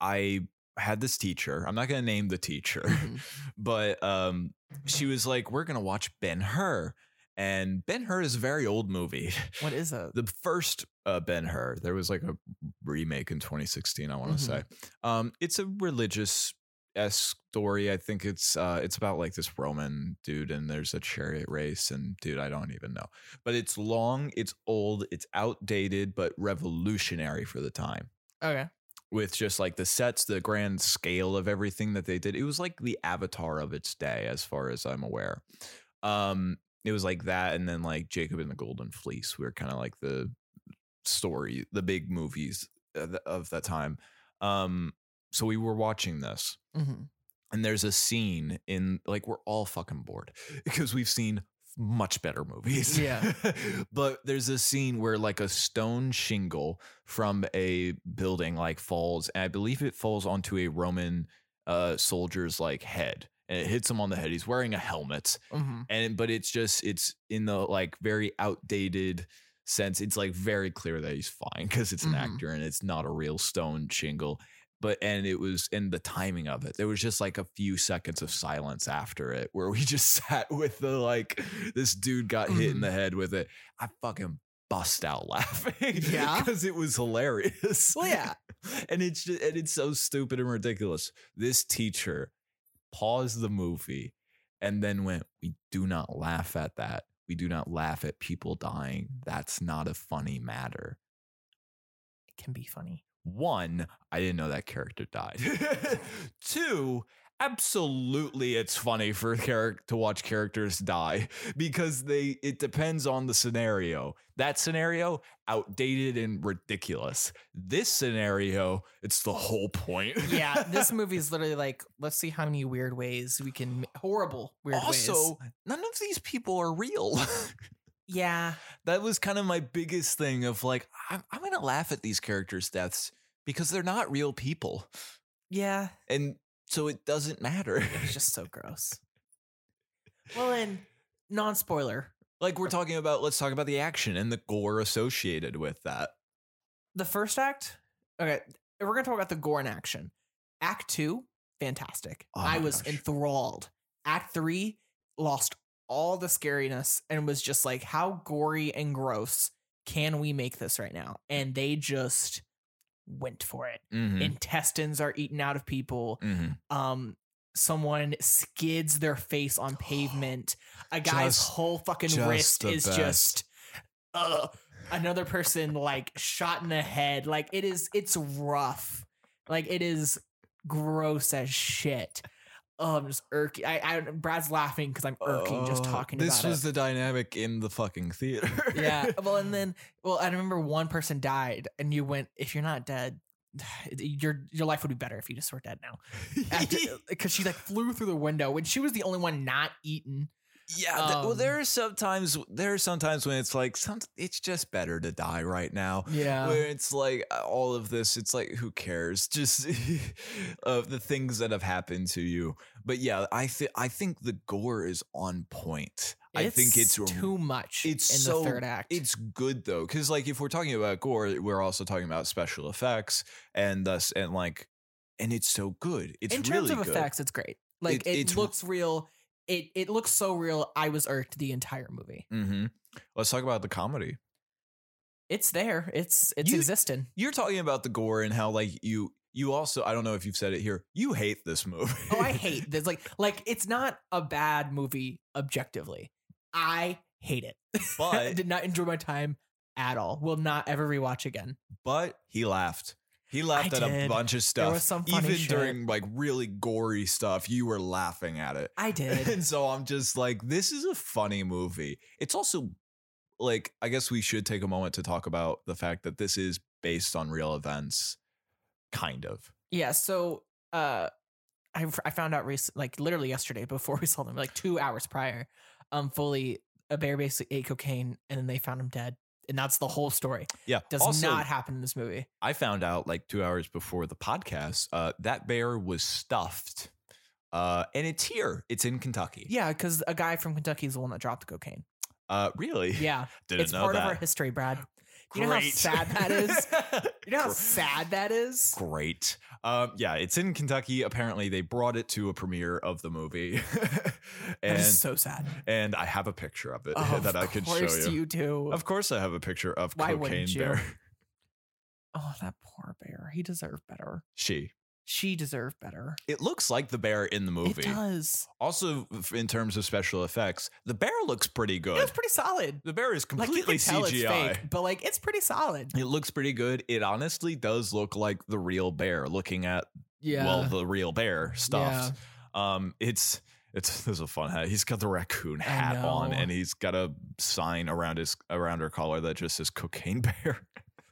A: I had this teacher. I'm not gonna name the teacher,
C: Mhm.
A: but um, she was like, "We're gonna watch Ben Hur," and Ben Hur is a very old movie.
C: what is a
A: The first uh, Ben Hur, there was like a remake in 2016. I want to say, um, it's a religious esque story. I think it's uh, it's about like this Roman dude, and there's a chariot race, and dude, I don't even know. But it's long, it's old, it's outdated, but revolutionary for the time.
C: okay?
A: with just like the sets, the grand scale of everything that they did. It was like the avatar of its day, as far as I'm aware. Um, it was like that, and then like Jacob and the Golden Fleece. We were kind of like the story, the big movies of, the- of that time. Um, so we were watching this,
C: Mhm.
A: and there's a scene in like we're all fucking bored because we've seen much better movies.
C: Yeah.
A: but there's a scene where like a stone shingle from a building like falls, and I believe it falls onto a Roman uh soldier's like head. And it hits him on the head. He's wearing a helmet.
C: Mhm.
A: And but it's just it's in the like very outdated sense. It's like very clear that he's fine because it's an
C: Mhm.
A: actor and it's not a real stone shingle. But and it was and the timing of it. There was just like a few seconds of silence after it where we just sat with the like this dude got hit in
C: Mhm.
A: the head with it. I fucking bust out laughing.
B: Yeah.
A: Because it was hilarious.
C: Well, yeah.
A: and it's just and it's so stupid and ridiculous. This teacher paused the movie and then went, We do not laugh at that. We do not laugh at people dying. That's not a funny matter.
C: It can be funny.
A: One, I didn't know that character died. Two, absolutely it's funny for character to watch characters die because they it depends on the scenario. That scenario outdated and ridiculous. This scenario, it's the whole point.
C: Yeah, this movie is literally like, let's see how many weird ways we can horrible weird ways.
A: also, none of these people are real.
C: yeah,
A: that was kind of my biggest thing of like, I'm, I'm going to laugh at these characters' deaths because they're not real people.
C: yeah,
A: And so it doesn't matter.
C: it's just so gross. Well, and non spoiler,
A: like, we're talking about, let's talk about the action and the gore associated with that.
C: the first act. Okay, we're gonna talk about the gore in action. Act two, fantastic.
A: Oh
C: I
A: my
C: was
A: gosh.
C: enthralled. Act three lost all the scariness and was just like, how gory and gross can we make this right now? And they just went for it.
A: Mm-hmm.
C: Intestines are eaten out of people.
A: mm-hmm.
C: Um, someone skids their face on pavement. A guy's
A: Just-
C: whole fucking
A: just
C: wrist
A: the
C: is
A: best.
C: just. Uh, another person like shot in the head. Like it is, it's rough. Like it is gross as shit. Oh, I'm just irky. I, I Brad's laughing because I'm irking just talking
A: Oh, This
C: about
A: was
C: it.
A: the dynamic in the fucking theater.
C: yeah. Well, and then well, I remember one person died, and you went, if you're not dead, your your life would be better if you just were dead now. Because uh, she like flew through the window when she was the only one not eaten.
A: Yeah. th- well,
C: Um,
A: there are sometimes there are sometimes when it's like some, it's just better to die right now.
C: Yeah.
A: Where it's like uh, all of this, it's like who cares? Just of the things that have happened to you. But yeah, I think I think the gore is on point. I think it's
C: too much.
A: it's
C: in
A: so-
C: the third act.
A: it's good though, because like if we're talking about gore, we're also talking about special effects and thus and like and it's so good. It's
C: in terms
A: really
C: of
A: good.
C: effects, it's great.
A: It-
C: Like it,
A: it's-
C: looks real. It it looks so real. I was irked the entire movie.
A: Mm-hmm. Let's talk about the comedy.
C: It's there. It's it's
A: You-
C: existing.
A: You're talking about the gore and how like you you also I don't know if you've said it here. You hate this movie.
C: Oh, I hate this. Like like it's not a bad movie objectively. I hate it.
A: But-
C: did not enjoy my time at all. Will not ever rewatch again.
A: but he laughed. He laughed
C: I
A: at a
C: did.
A: bunch of stuff.
C: There was some funny
A: Even
C: shit.
A: during like really gory stuff, you were laughing at it.
C: I did.
A: And so I'm just like, this is a funny movie. It's also like, I guess we should take a moment to talk about the fact that this is based on real events, kind of.
C: yeah. So uh, I I found out recent like literally yesterday before we saw them like two hours prior. Um, Foley a bear basically ate cocaine and then they found him dead. And that's the whole story.
A: Yeah.
C: does
A: also,
C: not happen in this movie.
A: I found out like two hours before the podcast uh, that bear was stuffed. Uh, and it's here. It's in Kentucky.
C: Yeah, because a guy from Kentucky is the one that dropped the cocaine.
A: Uh, really?
C: Yeah,
A: Didn't
C: it's
A: know
C: part
A: that.
C: of our history, Brad. You know how sad that is? You know how
A: Gr-
C: sad that is.
A: great. Um, yeah, it's in Kentucky. Apparently, they brought it to a premiere of the movie,
C: That is
A: and
C: so sad. Oh,
A: and I have a picture of it
C: Of
A: that I could show
C: course
A: you.
C: you do.
A: Of course, I have a picture of
C: Why
A: Cocaine
C: wouldn't you?
A: Bear.
C: Oh, that poor bear. He deserved better.
A: She,
C: she deserved better.
A: It looks like the bear in the movie.
C: It does.
A: Also, f- in terms of special effects, the bear looks pretty
C: It was
A: good.
C: pretty solid.
A: The bear is
C: Like you
A: completely
C: can tell it's
A: CGI.
C: fake, but like it's pretty solid.
A: It looks pretty good. It honestly does look like the real bear looking at well the real bear stuff. Um it's it's this is a fun hat. He's got the raccoon
C: I
A: hat on
C: know.
A: and he's got a sign around his around her collar that just says cocaine bear.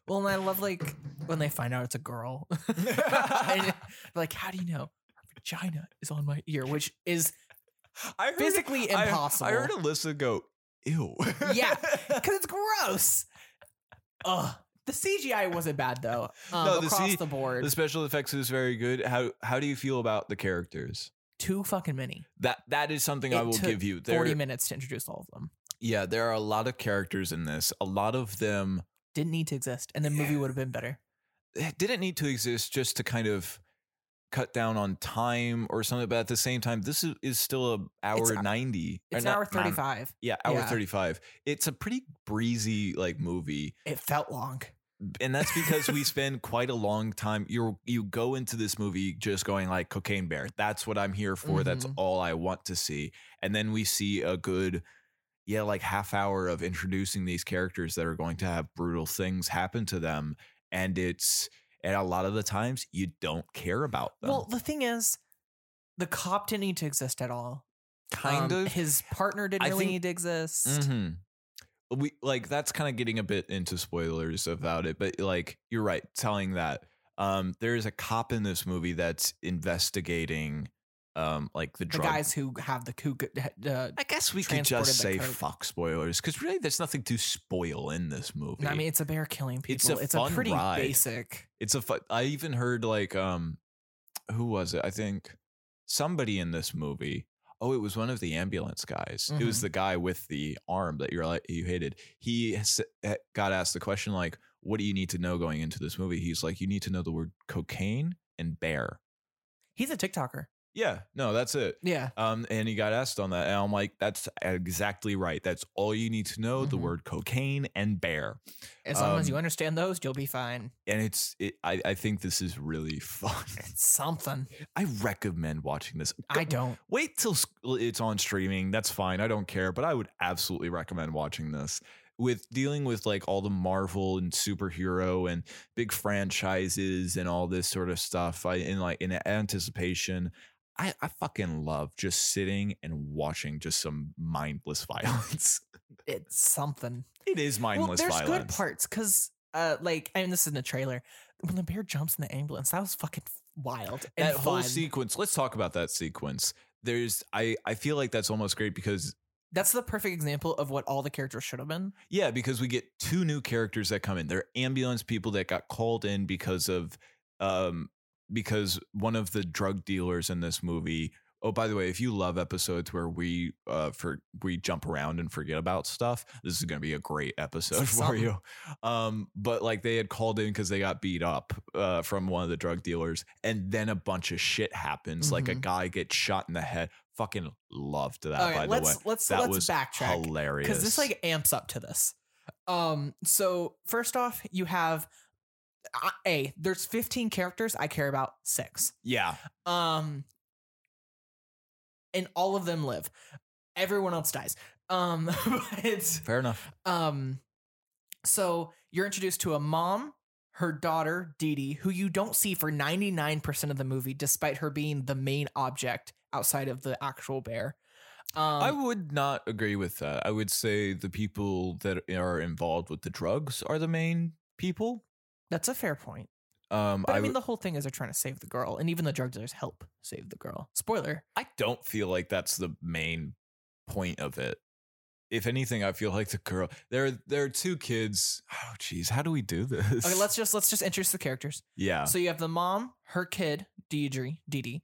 C: Well, and I love like when they find out it's a girl. And, like, how do you know? Her vagina is on my ear, which is
A: I heard
C: physically
A: I-
C: impossible.
A: I, heard Alyssa go, ew.
C: Yeah. because it's gross. Ugh. The CGI wasn't bad though. Um,
A: No, the
C: across
A: C-
C: the board,
A: the special effects is very good. How how do you feel about the characters?
C: too fucking many.
A: That that is something I
C: It
A: will
C: took
A: give you.
C: Forty
A: There,
C: minutes to introduce all of them
A: yeah, there are a lot of characters in this. A lot of them
C: didn't need to exist, and the movie would have been better.
A: eh, it didn't need to exist just to kind of cut down on time or something. But at the same time, this is, is still a hour
C: a-
A: ninety. or
C: It's an
A: not-
C: hour
A: not-
C: thirty-five.
A: Yeah, hour
C: Yeah.
A: thirty-five. It's a pretty breezy like movie,
C: It felt long.
A: and that's because we spend quite a long time. You you go into this movie just going like cocaine bear. That's what I'm here for. That's
C: Mhm.
A: all I want to see. And then we see a good. Yeah, like half hour of introducing these characters that are going to have brutal things happen to them, and it's and a lot of the times you don't care about them.
C: Well, the um, thing is, the cop didn't need to exist at all.
A: kind
C: Um,
A: of.
C: His partner didn't
A: I
C: really
A: think-
C: need to exist.
A: hmm We like that's kind of getting a bit into spoilers about it, but like you're right, telling that um, there is a cop in this movie that's investigating um, like the,
C: The
A: drug.
C: guys who have the coup. Uh,
A: I guess we could
C: transported
A: just
C: the
A: say
C: coke.
A: fuck spoilers because really there's nothing to spoil in this movie.
C: I mean, it's a bear killing people.
A: It's
C: It's
A: a
C: a,
A: fun
C: pretty
A: ride.
C: basic.
A: it's a fu- I even heard like um, who was it? I think somebody in this movie. Oh, it was one of the ambulance guys. It was
C: Mhm.
A: the guy with the arm that you're like you hated. He s- eh, got asked the question like, "What do you need to know going into this movie?" He's like, "You need to know the word cocaine and bear."
C: He's a TikToker.
A: Yeah, no, that's it.
C: Yeah.
A: Um, and he got asked on that, and I'm like, "That's exactly right. That's all you need to know: the
C: Mhm.
A: word cocaine and bear."
C: As long as
A: Um,
C: you understand those, you'll be fine.
A: And it's, it, I, I think this is really fun.
C: It's something.
A: I recommend watching this.
C: I don't.
A: wait till sc- it's on streaming. That's fine. I don't care, but I would absolutely recommend watching this. With dealing with like all the Marvel and superhero and big franchises and all this sort of stuff, I in like in anticipation, I, I fucking love just sitting and watching just some mindless violence.
C: It's something.
A: It is mindless
C: well, there's
A: violence.
C: good parts because, uh, like, I mean, this is in the trailer. When the bear jumps in the ambulance, that was fucking wild. And
A: that whole
C: fun.
A: sequence. Let's talk about that sequence. There's I I feel like that's almost great because
C: That's the perfect example of what all the characters should have been.
A: Yeah, because we get two new characters that come in. They're ambulance people that got called in because of um because one of the drug dealers in this movie. Oh, by the way, if you love episodes where we uh for we jump around and forget about stuff, this is going to be a great episode for
C: Something.
A: you. Um but like they had called in cuz they got beat up uh from one of the drug dealers and then a bunch of shit happens like a
C: Mhm.
A: guy gets shot in the head. Fucking loved that
C: All
A: by
C: right,
A: the
C: let's
A: way.
C: let's
A: That
C: let's
A: was
C: backtrack.
A: Hilarious.
C: because this like amps up to this. Um, so first off, you have uh, a there's 15 characters. I care about six.
A: yeah.
C: Um, and all of them live. Everyone else dies. Um, but
A: Fair enough.
C: um, so you're introduced to a mom, her daughter Dee Dee, who you don't see for 99 percent of the movie, despite her being the main object outside of the actual bear. Um,
A: I would not agree with that. I would say the people that are involved with the drugs are the main people.
C: that's a fair point.
A: Um,
C: But I,
A: I,
C: mean,
A: w-
C: the whole thing is they're trying to save the girl, and even the drug dealers help save the girl. Spoiler.
A: I don't feel like that's the main point of it. If anything, I feel like the girl. There, there are two kids. Oh, geez, how do we do this?
C: Okay, let's just let's just introduce the characters.
A: Yeah,
C: So you have the mom, her kid, Deidre, Dee Dee,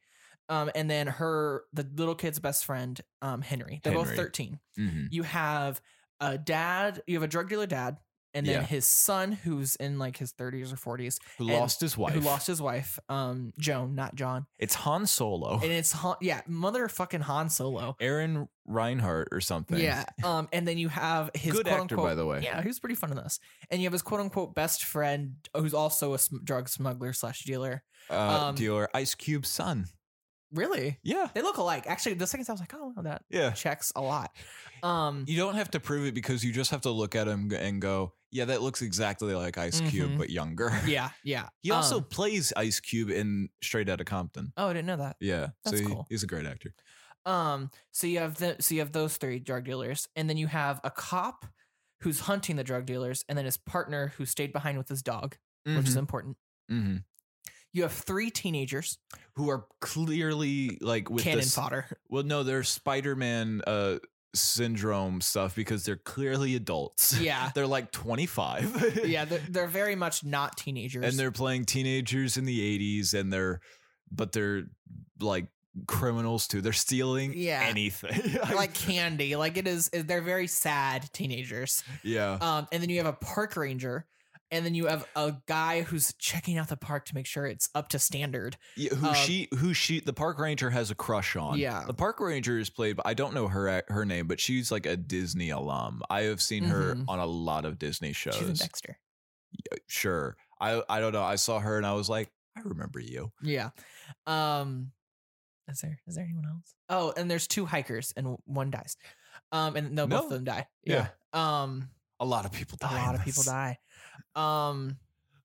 C: um, and then her the little kid's best friend, um, Henry. They're both
A: Henry.
C: thirteen.
A: Mhm.
C: You have a dad. You have a drug dealer dad and then
A: Yeah.
C: his son, who's in like his 30s or 40s,
A: Who
C: And-
A: lost his wife?
C: who lost his wife, um, Joan, not John,
A: It's Han Solo,
C: and it's Han, yeah, motherfucking Han Solo,
A: Aaron Reinhardt, or something.
C: yeah. Um, and then you have his
A: good
C: quote
A: actor
C: unquote,
A: by the way.
C: Yeah, he was pretty fun in this. And you have his quote unquote best friend, uh, who's also a sm- drug smuggler slash dealer.
A: Uh,
C: Um,
A: dealer Ice Cube's son.
C: Really,
A: Yeah,
C: they look alike. Actually, the second time I was like, oh, well, that
A: yeah.
C: checks a lot. Um,
A: You don't have to prove it because you just have to look at him and go, "Yeah, that looks exactly like Ice Cube,
C: Mhm.
A: but younger."
C: yeah, yeah.
A: He also
C: Um,
A: plays Ice Cube in Straight Outta Compton.
C: oh, I didn't know that.
A: Yeah,
C: That's
A: so he-
C: cool.
A: he's a great actor.
C: Um, so you have the so you have those three drug dealers, and then you have a cop who's hunting the drug dealers, and then his partner who stayed behind with his dog, which
A: Mm-hmm.
C: is important.
A: Mhm.
C: You have three teenagers,
A: Who are clearly like with
C: cannon
A: this,
C: fodder.
A: Well, no, they're Spider Man uh, syndrome stuff because they're clearly adults.
C: Yeah.
A: they're like twenty five.
C: yeah, they're, they're very much not teenagers.
A: and they're playing teenagers in the 80s and they're but they're like criminals too they're stealing
C: Yeah.
A: anything
C: like candy, like it is. They're very sad teenagers.
A: yeah
C: Um, and then you have a park ranger. And then you have a guy who's checking out the park to make sure it's up to standard.
A: Yeah, who
C: um,
A: she who she the park ranger has a crush on
C: Yeah.
A: the park ranger is played by i don't know her ac- her name but she's like a disney alum i have seen her
C: Mhm.
A: on a lot of disney shows
C: She's in Dexter.
A: sure i i don't know i saw her and i was like i remember you
C: Yeah. Um is there is there anyone else? Oh, and there's two hikers and one dies. Um and no, both
A: No.
C: of them die.
A: Yeah.
C: Um
A: a lot of people
C: a
A: die in
C: lot of people
A: this.
C: die. Um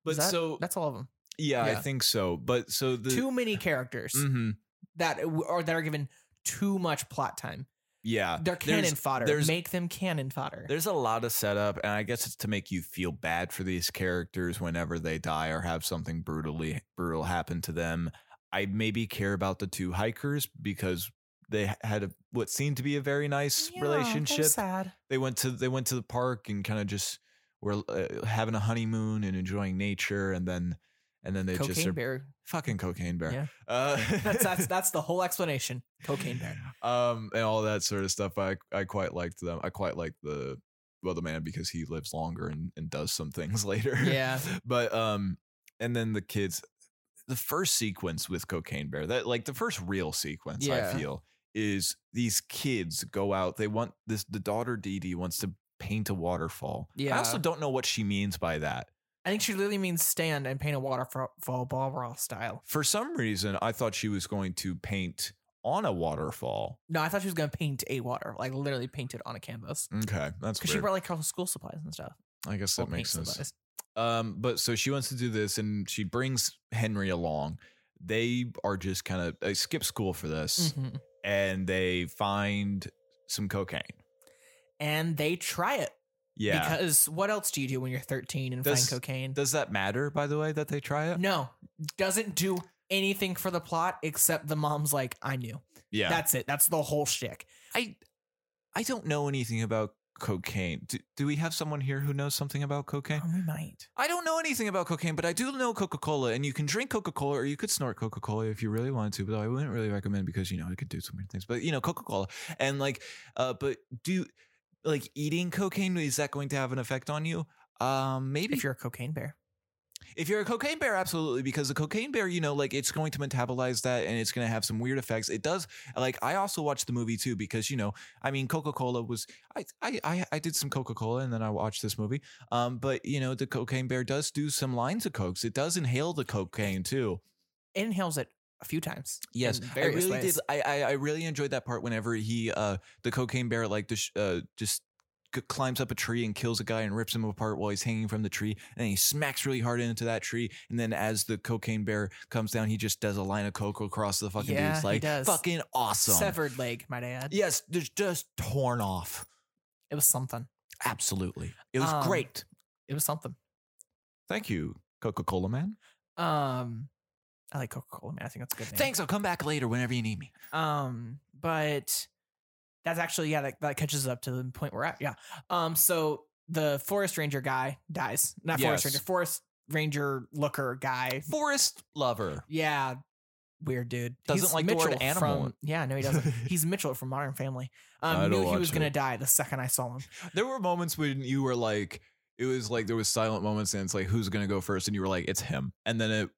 A: but
C: is that-
A: so
C: that's all of them.
A: yeah, i
C: yeah.
A: think so but so the
C: too many characters
A: Mhm.
C: that w- or that are given too much plot time.
A: yeah
C: They're
A: There's-
C: cannon fodder.
A: there's-
C: Make them cannon fodder.
A: There's a lot of setup, and I guess it's to make you feel bad for these characters whenever they die or have something brutally brutal happen to them. I maybe care about the two hikers because they had a, what seemed to be a very nice
C: Yeah, they're
A: relationship.
C: Sad.
A: They went to they went to the park and kind of just were uh, having a honeymoon and enjoying nature, and then and then they
C: cocaine
A: just are
C: bear.
A: fucking cocaine bear.
C: Yeah.
A: Uh,
C: That's that's that's the whole explanation. Cocaine bear.
A: um, and all that sort of stuff. I I quite liked them. I quite liked the well the man because he lives longer and, and does some things later.
C: Yeah.
A: but um, and then the kids, the first sequence with Cocaine Bear that like the first real sequence
C: Yeah.
A: I feel is these kids go out. They want this. The daughter Dee Dee wants to paint a waterfall. I also
C: Yeah.
A: don't know what she means by that.
C: I think she literally means stand and paint a waterfall ball roll style.
A: For some reason, I thought she was going to paint on a waterfall.
C: No, I thought she was gonna paint a water, like literally paint it on a canvas.
A: Okay, that's
C: Because
A: weird.
C: Mm, she brought like her school supplies and stuff.
A: I guess
C: Well,
A: that makes
C: paint
A: sense.
C: supplies.
A: Um, but so she wants to do this, and she brings Henry along. They are just kind of they skip school for this,
C: Mhm.
A: and they find some cocaine.
C: And they try it.
A: Yeah,
C: Because what else do you do when you're 13 and
A: Does-
C: find cocaine?
A: does that matter? By the way, that they try it.
C: no, doesn't do anything for the plot except the mom's like, I knew.
A: yeah,
C: That's it. That's the whole shtick.
A: I I don't know anything about cocaine. Do, do we have someone here who knows something about cocaine?
C: Oh, we might.
A: I don't know anything about cocaine, but I do know Coca Cola, and you can drink Coca Cola or you could snort Coca Cola if you really wanted to. But I wouldn't really recommend because you know it could do some weird things. But you know Coca Cola, and like, uh, but do like eating cocaine is that going to have an effect on you? Um, maybe
C: If you're a cocaine bear.
A: if you're a cocaine bear, absolutely, because the cocaine bear, you know, like it's going to metabolize that and it's going to have some weird effects. It does. Like I also watched the movie too because you know, I mean, Coca Cola was I, I I I did some Coca Cola and then I watched this movie. Um, but you know, the cocaine bear does do some lines of cokes. It does inhale the cocaine too.
C: Inhales it a few times.
A: Yes,
C: in
A: I
C: various
A: really
C: ways.
A: did. I, I I really enjoyed that part whenever he uh the cocaine bear like dis- uh just c- climbs up a tree and kills a guy and rips him apart while he's hanging from the tree and then he smacks really hard into that tree and then as the cocaine bear comes down he just does a line of coke across the fucking
C: Yeah,
A: dude's
C: he
A: like
C: does.
A: fucking awesome.
C: Severed leg, might I add.
A: Yes, just just torn off.
C: It was something.
A: Absolutely, it was
C: Um,
A: great.
C: It was something.
A: Thank you, Coca Cola man.
C: Um, I like Coca Cola, man. I think that's a good name.
A: Thanks. I'll come back later whenever you need me.
C: Um, but that's actually yeah, that, that catches up to the point we're at. Yeah. Um, so the forest ranger guy dies. Not forest
A: Yes.
C: ranger, forest ranger looker guy.
A: Forest lover.
C: Yeah, weird dude.
A: Doesn't like the word animal.
C: From, yeah, no, he doesn't. He's Mitchell from Modern Family. Um,
A: I don't
C: knew he
A: watch
C: was gonna
A: it.
C: die the second I saw him.
A: There were moments when you were like, it was like there was silent moments and it's like who's gonna go first and you were like it's him and then it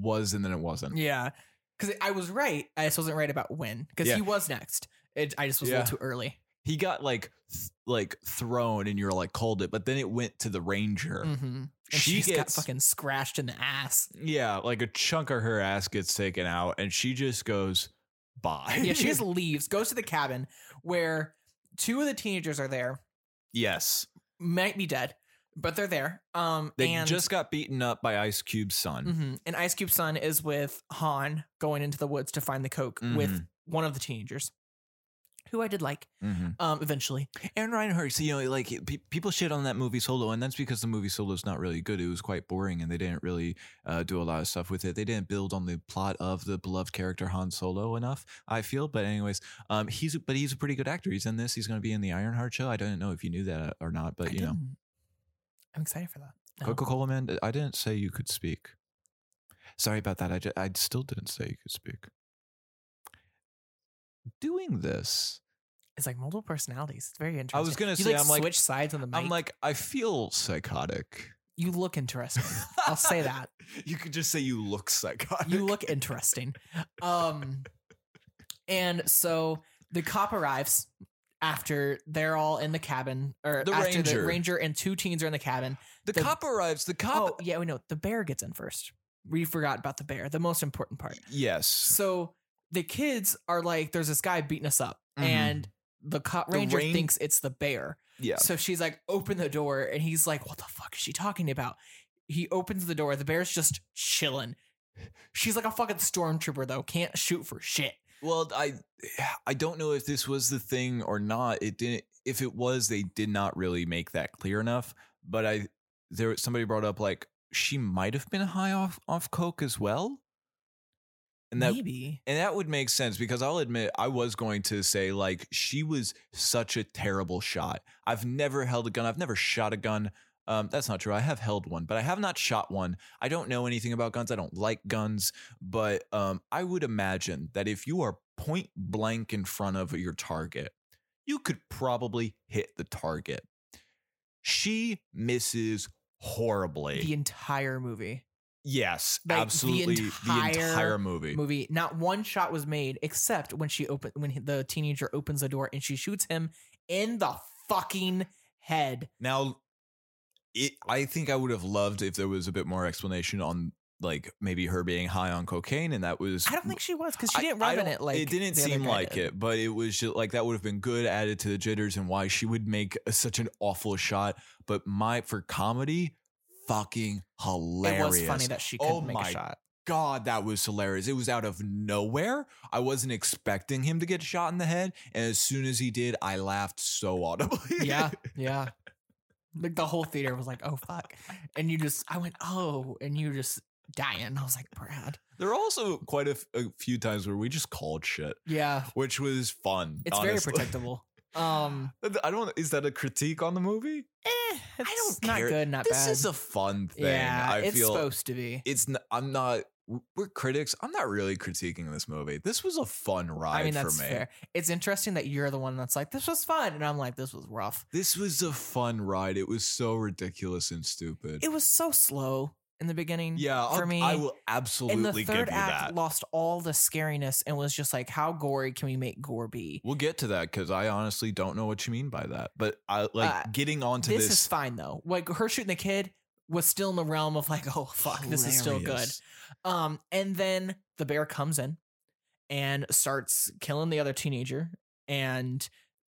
A: was and then it wasn't
C: Yeah, because I was right. I just wasn't right about when because
A: Yeah.
C: he was next. It, I just was a
A: Yeah.
C: little too early.
A: he got like th- like thrown and you were like called it but then it went to the ranger
C: Mm-hmm. And
A: she
C: she has got
A: gets
C: fucking scratched in the ass.
A: yeah like a chunk of her ass gets taken out and she just goes bye
C: Yeah, she just leaves, goes to the cabin where two of the teenagers are there,
A: yes
C: might be dead, but they're there. Um,
A: they
C: and
A: just got beaten up by ice cube's son
C: Mhm. and Ice Cube's son is with Han going into the woods to find the Coke with
A: Mhm.
C: one of the teenagers, who I did like.
A: Mhm.
C: Um, eventually,
A: Aaron Reinhardt, you know, like pe- people shit on that movie Solo, and that's because the movie Solo's not really good. It was quite boring, and they didn't really uh, do a lot of stuff with it. They didn't build on the plot of the beloved character Han Solo enough, I feel. But anyways, um, he's but he's a pretty good actor. He's in this. He's going to be in the Ironheart show. I don't know if you knew that uh, or not, but
C: I
A: you know,
C: didn't- I'm excited for that. No.
A: Coca Cola man, I didn't say you could speak. Sorry about that. I ju- I still didn't say you could speak. Doing this.
C: It's like multiple personalities. It's very interesting.
A: I was gonna
C: You,
A: say, I'm like-
C: switch sides on the mic.
A: I'm like, I feel psychotic.
C: you look interesting. I'll say that.
A: You could just say you look psychotic.
C: You look interesting. Um, and so the cop arrives after they're all in the cabin, or
A: The
C: after
A: ranger.
C: the ranger and two teens are in the cabin.
A: The,
C: the-
A: cop arrives. The
C: Oh,
A: cop.
C: yeah, we know the bear gets in first. We forgot about the bear, the most important part.
A: Yes.
C: So the kids are like, "There's this guy beating us up,"
A: Mhm.
C: and the cop
A: The
C: ranger
A: rain-
C: thinks it's the bear.
A: Yeah.
C: So she's like, open the door. And he's like, what the fuck is she talking about? He opens the door. The bear's just chilling. She's like a fucking stormtrooper, though. Can't shoot for shit.
A: Well, I, I don't know if this was the thing or not. It didn't. If it was, they did not really make that clear enough. But I, there somebody brought up like she might have been high off off coke as well, and that
C: Maybe.
A: And that would make sense because I'll admit I was going to say like she was such a terrible shot. I've never held a gun. I've never shot a gun. Um, that's not true. I have held one, but I have not shot one. I don't know anything about guns. I don't like guns, but um, I would imagine that if you are point blank in front of your target, you could probably hit the target. She misses horribly.
C: The entire movie.
A: yes,
C: like, the
A: absolutely. The entire,
C: entire Movie. Not one shot was made except when she open when the teenager opens the door and she shoots him in the fucking head.
A: Now, it, I think I would have loved if there was a bit more explanation on like maybe her being high on cocaine, and that was.
C: I don't think she was because she
A: I-
C: didn't
A: I
C: rub in
A: don't-
C: it like
A: it didn't
C: the other
A: seem
C: guy
A: like
C: did.
A: it, but it was just like that would have been good added to the jitters and why she would make a, such an awful shot. But my for comedy, fucking
C: It
A: hilarious.
C: was funny that she couldn't
A: Oh
C: make
A: my
C: a shot.
A: God, that was hilarious. It was out of nowhere. I wasn't expecting him to get shot in the head, and as soon as he did, I laughed so audibly.
C: Yeah, yeah. Like the whole theater was like, "Oh fuck," and you just, I went, "Oh," and you were just dying. I was like, "Brad,
A: There are also quite a, f- a few times where we just called shit,
C: yeah,
A: which was fun.
C: it's
A: honestly.
C: very protectable." Um,
A: I don't. Is that a critique on the movie?
C: I
A: it's
C: don't, Eh, not
A: care.
C: good, not
A: this
C: bad.
A: is a fun thing.
C: yeah,
A: I
C: it's
A: feel
C: supposed to be.
A: it's. N- I'm not. We're critics. I'm not really critiquing this movie. This was a fun ride
C: I mean, that's
A: for me.
C: fair. It's interesting that you're the one that's like, "This was fun," and I'm like, "This was rough."
A: This was a fun ride. It was so ridiculous and stupid.
C: It was so slow in the beginning.
A: yeah, I'll-
C: for me,
A: I will
C: and the
A: absolutely give you
C: third act
A: that.
C: lost all the scariness and was just like, "How gory can we make gore be?"
A: We'll get to that because I honestly don't know what you mean by that. But I like
C: Uh,
A: getting onto this.
C: this, is fine though. Like her shooting the kid was still in the realm of like, oh fuck, this is still good.
A: hilarious.
C: Um, and then the bear comes in and starts killing the other teenager and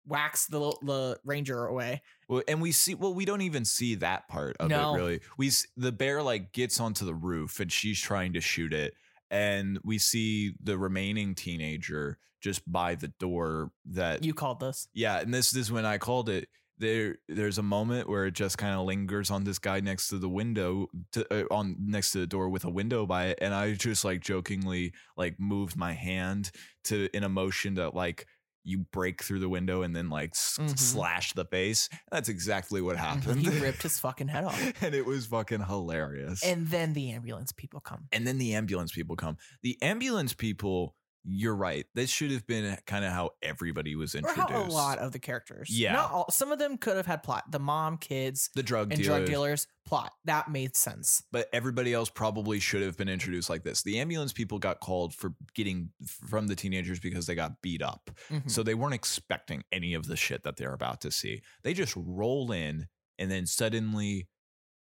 C: whacks the the ranger away.
A: Well, and we see. Well, we don't even see that part of
C: No.
A: it really. We s- the bear like gets onto the roof and she's trying to shoot it, and we see the remaining teenager just by the door. That
C: You called this.
A: yeah, and this, this is when I called it. There, there's a moment where it just kind of lingers on this guy next to the window, to, uh, on next to the door with a window by it, and I just like jokingly like moved my hand to in a motion that like you break through the window and then like s-
C: Mhm.
A: slash the face. That's exactly what happened.
C: Mm-hmm. He ripped his fucking head off.
A: and it was fucking hilarious.
C: And then the ambulance people come.
A: and then the ambulance people come. The ambulance people you're right. This should have been kind of how everybody was
C: Or
A: introduced.
C: how a lot of the characters.
A: Yeah.
C: Not all, some of them could have had plot. The mom, kids,
A: the drug
C: and
A: dealer,
C: drug dealers, plot. That made sense.
A: but everybody else probably should have been introduced like this. The ambulance people got called for getting from the teenagers because they got beat up.
C: Mhm.
A: So they weren't expecting any of the shit that they're about to see. They just roll in and then suddenly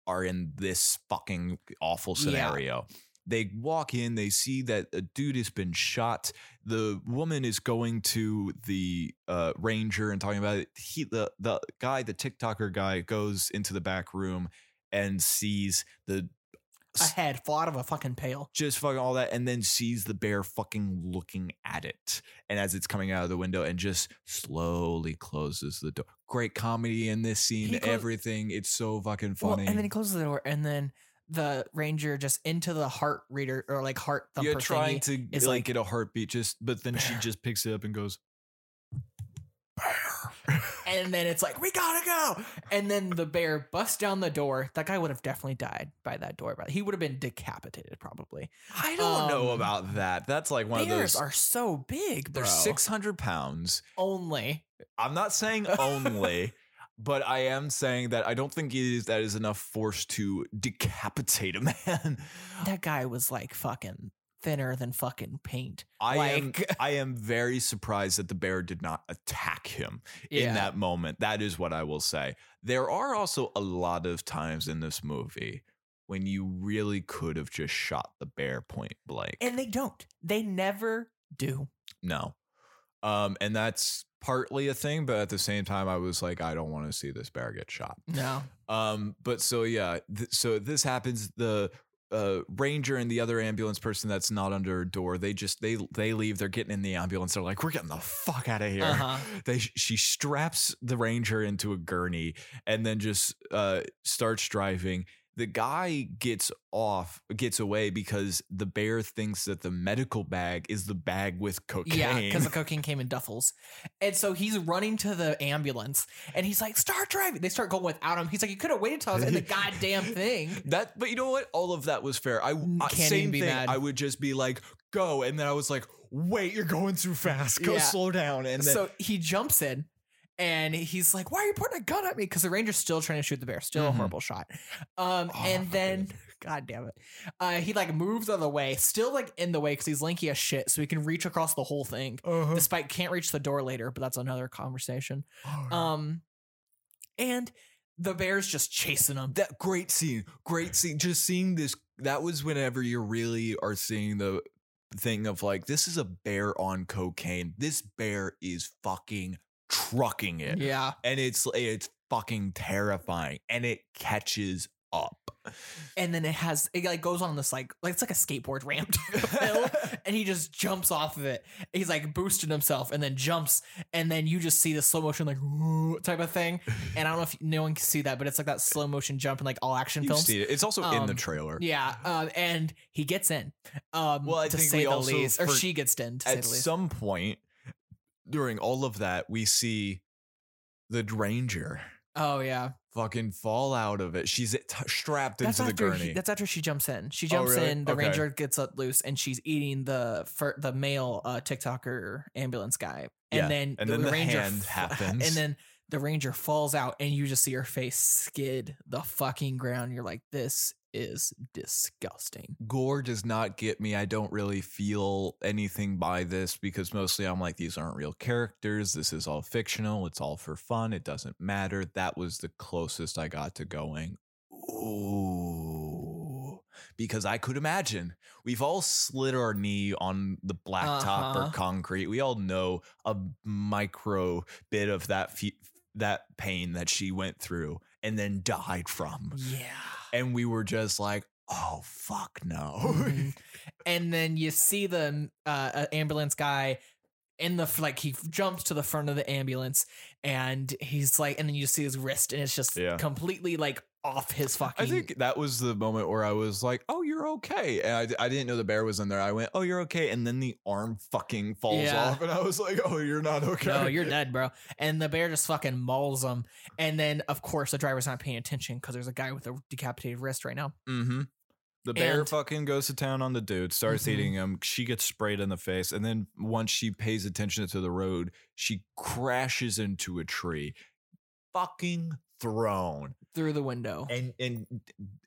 A: are in this fucking awful
C: Yeah.
A: scenario. They walk in, they see that a dude has been shot. The woman is going to the uh, ranger and talking about it. He, the the guy, the TikToker guy, goes into the back room and sees the
C: a head fall out of a fucking pail.
A: just fucking all that and then sees the bear fucking looking at it and as it's coming out of the window and just slowly closes the door great comedy in this scene
C: He clo-
A: everything it's so fucking
C: Well,
A: funny
C: and then he closes the door, and then the ranger just into the heart reader or like heart thumper.
A: you're trying
C: thingy.
A: to
C: is
A: like,
C: like,
A: get a heartbeat just but then she
C: "Bear."
A: just picks it up and goes
C: and then it's like we gotta go. And then the bear busts down the door. That guy would have definitely died by that door. But he would have been decapitated probably.
A: i don't know
C: Um,
A: "Oh, about that that's like one of
C: Bears
A: those
C: are so big. Bro.
A: they're 600 pounds
C: only.
A: i'm not saying only But I am saying that I don't think it is that is enough force to decapitate a man.
C: That guy was like fucking thinner than fucking paint.
A: I am
C: Like-
A: I am very surprised that the bear did not attack him in that moment. That is what I will say. There are also a lot of times in this movie when you really could have just shot the bear point blank.
C: and they don't. They never do.
A: no. Um and that's partly a thing, but at the same time I was like I don't want to see this bear get shot.
C: No.
A: Um, but so yeah, th- so this happens. The uh, ranger and the other ambulance person that's not under a door, they just they they leave. They're getting in the ambulance. They're like, we're getting the fuck out of here.
C: Uh-huh.
A: They she straps the ranger into a gurney and then just uh, starts driving. The guy gets off, gets away because the bear thinks that the medical bag is the bag with cocaine.
C: Yeah, because the cocaine came in duffels. And so he's running to the ambulance and he's like, start driving. They start going without him. He's like, you could have waited till I was in the goddamn thing.
A: That, but you know what? All of that was fair. I
C: Mm,
A: I-
C: can't even
A: same
C: be
A: thing.
C: mad.
A: I would just be like, go, and then I was like, wait, you're going too fast. Go
C: Yeah.
A: slow down. And then,
C: so he jumps in and he's like, why are you putting a gun at me? Because the ranger's still trying to shoot the bear. Still a
A: Mhm.
C: horrible shot. Um,
A: Oh,
C: and
A: my
C: then, god damn it. Uh, he like moves out of the way, still like in the way because he's lanky as shit. So he can reach across the whole thing.
A: Uh-huh.
C: Despite can't reach the door later, but that's another conversation. Um, and the bear's just chasing him.
A: that great scene, great scene. Just seeing this. That was whenever you really are seeing the thing of like, this is a bear on cocaine. This bear is fucking trucking it,
C: yeah.
A: and it's it's fucking terrifying, and it catches up.
C: and then it has it like goes on this like like it's like a skateboard ramp to a hill, and he just jumps off of it. He's like boosting himself and then jumps, and then you just see the slow motion like "Ooh," type of thing. And I don't know if no one can see that, but it's like that slow motion jump in like all action
A: You've
C: films.
A: seen it. It's also in the
C: Um,
A: trailer.
C: Yeah, um, and he gets in. Um,
A: Well, I
C: to
A: think
C: say
A: we
C: the
A: also
C: least, or
A: for-
C: she gets in to say
A: at
C: the least.
A: some point during all of that, we see the Ranger
C: oh yeah,
A: fucking fall out of it. She's t- strapped
C: that's
A: into the
C: after
A: gurney.
C: he, that's after she jumps in. She
A: Oh,
C: jumps
A: really?
C: in. The
A: Okay.
C: ranger gets let loose, and she's eating the fir- the male uh, TikToker ambulance guy. And
A: Yeah.
C: then
A: And then the
C: ranger
A: hand happens.
C: and then the ranger falls out, and you just see her face skid the fucking ground. You're like, this is disgusting.
A: Gore does not get me. I don't really feel anything by this because mostly I'm like, these aren't real characters. This is all fictional. It's all for fun. It doesn't matter. That was the closest I got to going. Ooh. Because I could imagine we've all slid our knee on the blacktop or
C: Uh-huh.
A: concrete. We all know a micro bit of that fe- that pain that she went through and then died from
C: Yeah.
A: and we were just like, "Oh fuck no!"
C: Mhm. and then you see the uh, uh, ambulance guy in the f- like he jumps to the front of the ambulance and he's like and then you see his wrist and it's just
A: Yeah.
C: completely like off his fucking
A: I think that was the moment where I was like, "Oh, you're okay," and I, d- I didn't know the bear was in there. I went, "Oh, you're okay," and then the arm fucking falls
C: Yeah.
A: off, and I was like, "Oh, you're not okay."
C: no you're dead bro and the bear just fucking mauls him and then of course the driver's not paying attention because there's a guy with a decapitated wrist right now
A: Mm-hmm. The bear
C: And-
A: fucking goes to town on the dude, starts
C: Mhm.
A: eating him. She gets sprayed in the face. And then once she pays attention to the road, she crashes into a tree, fucking thrown.
C: through the window.
A: and and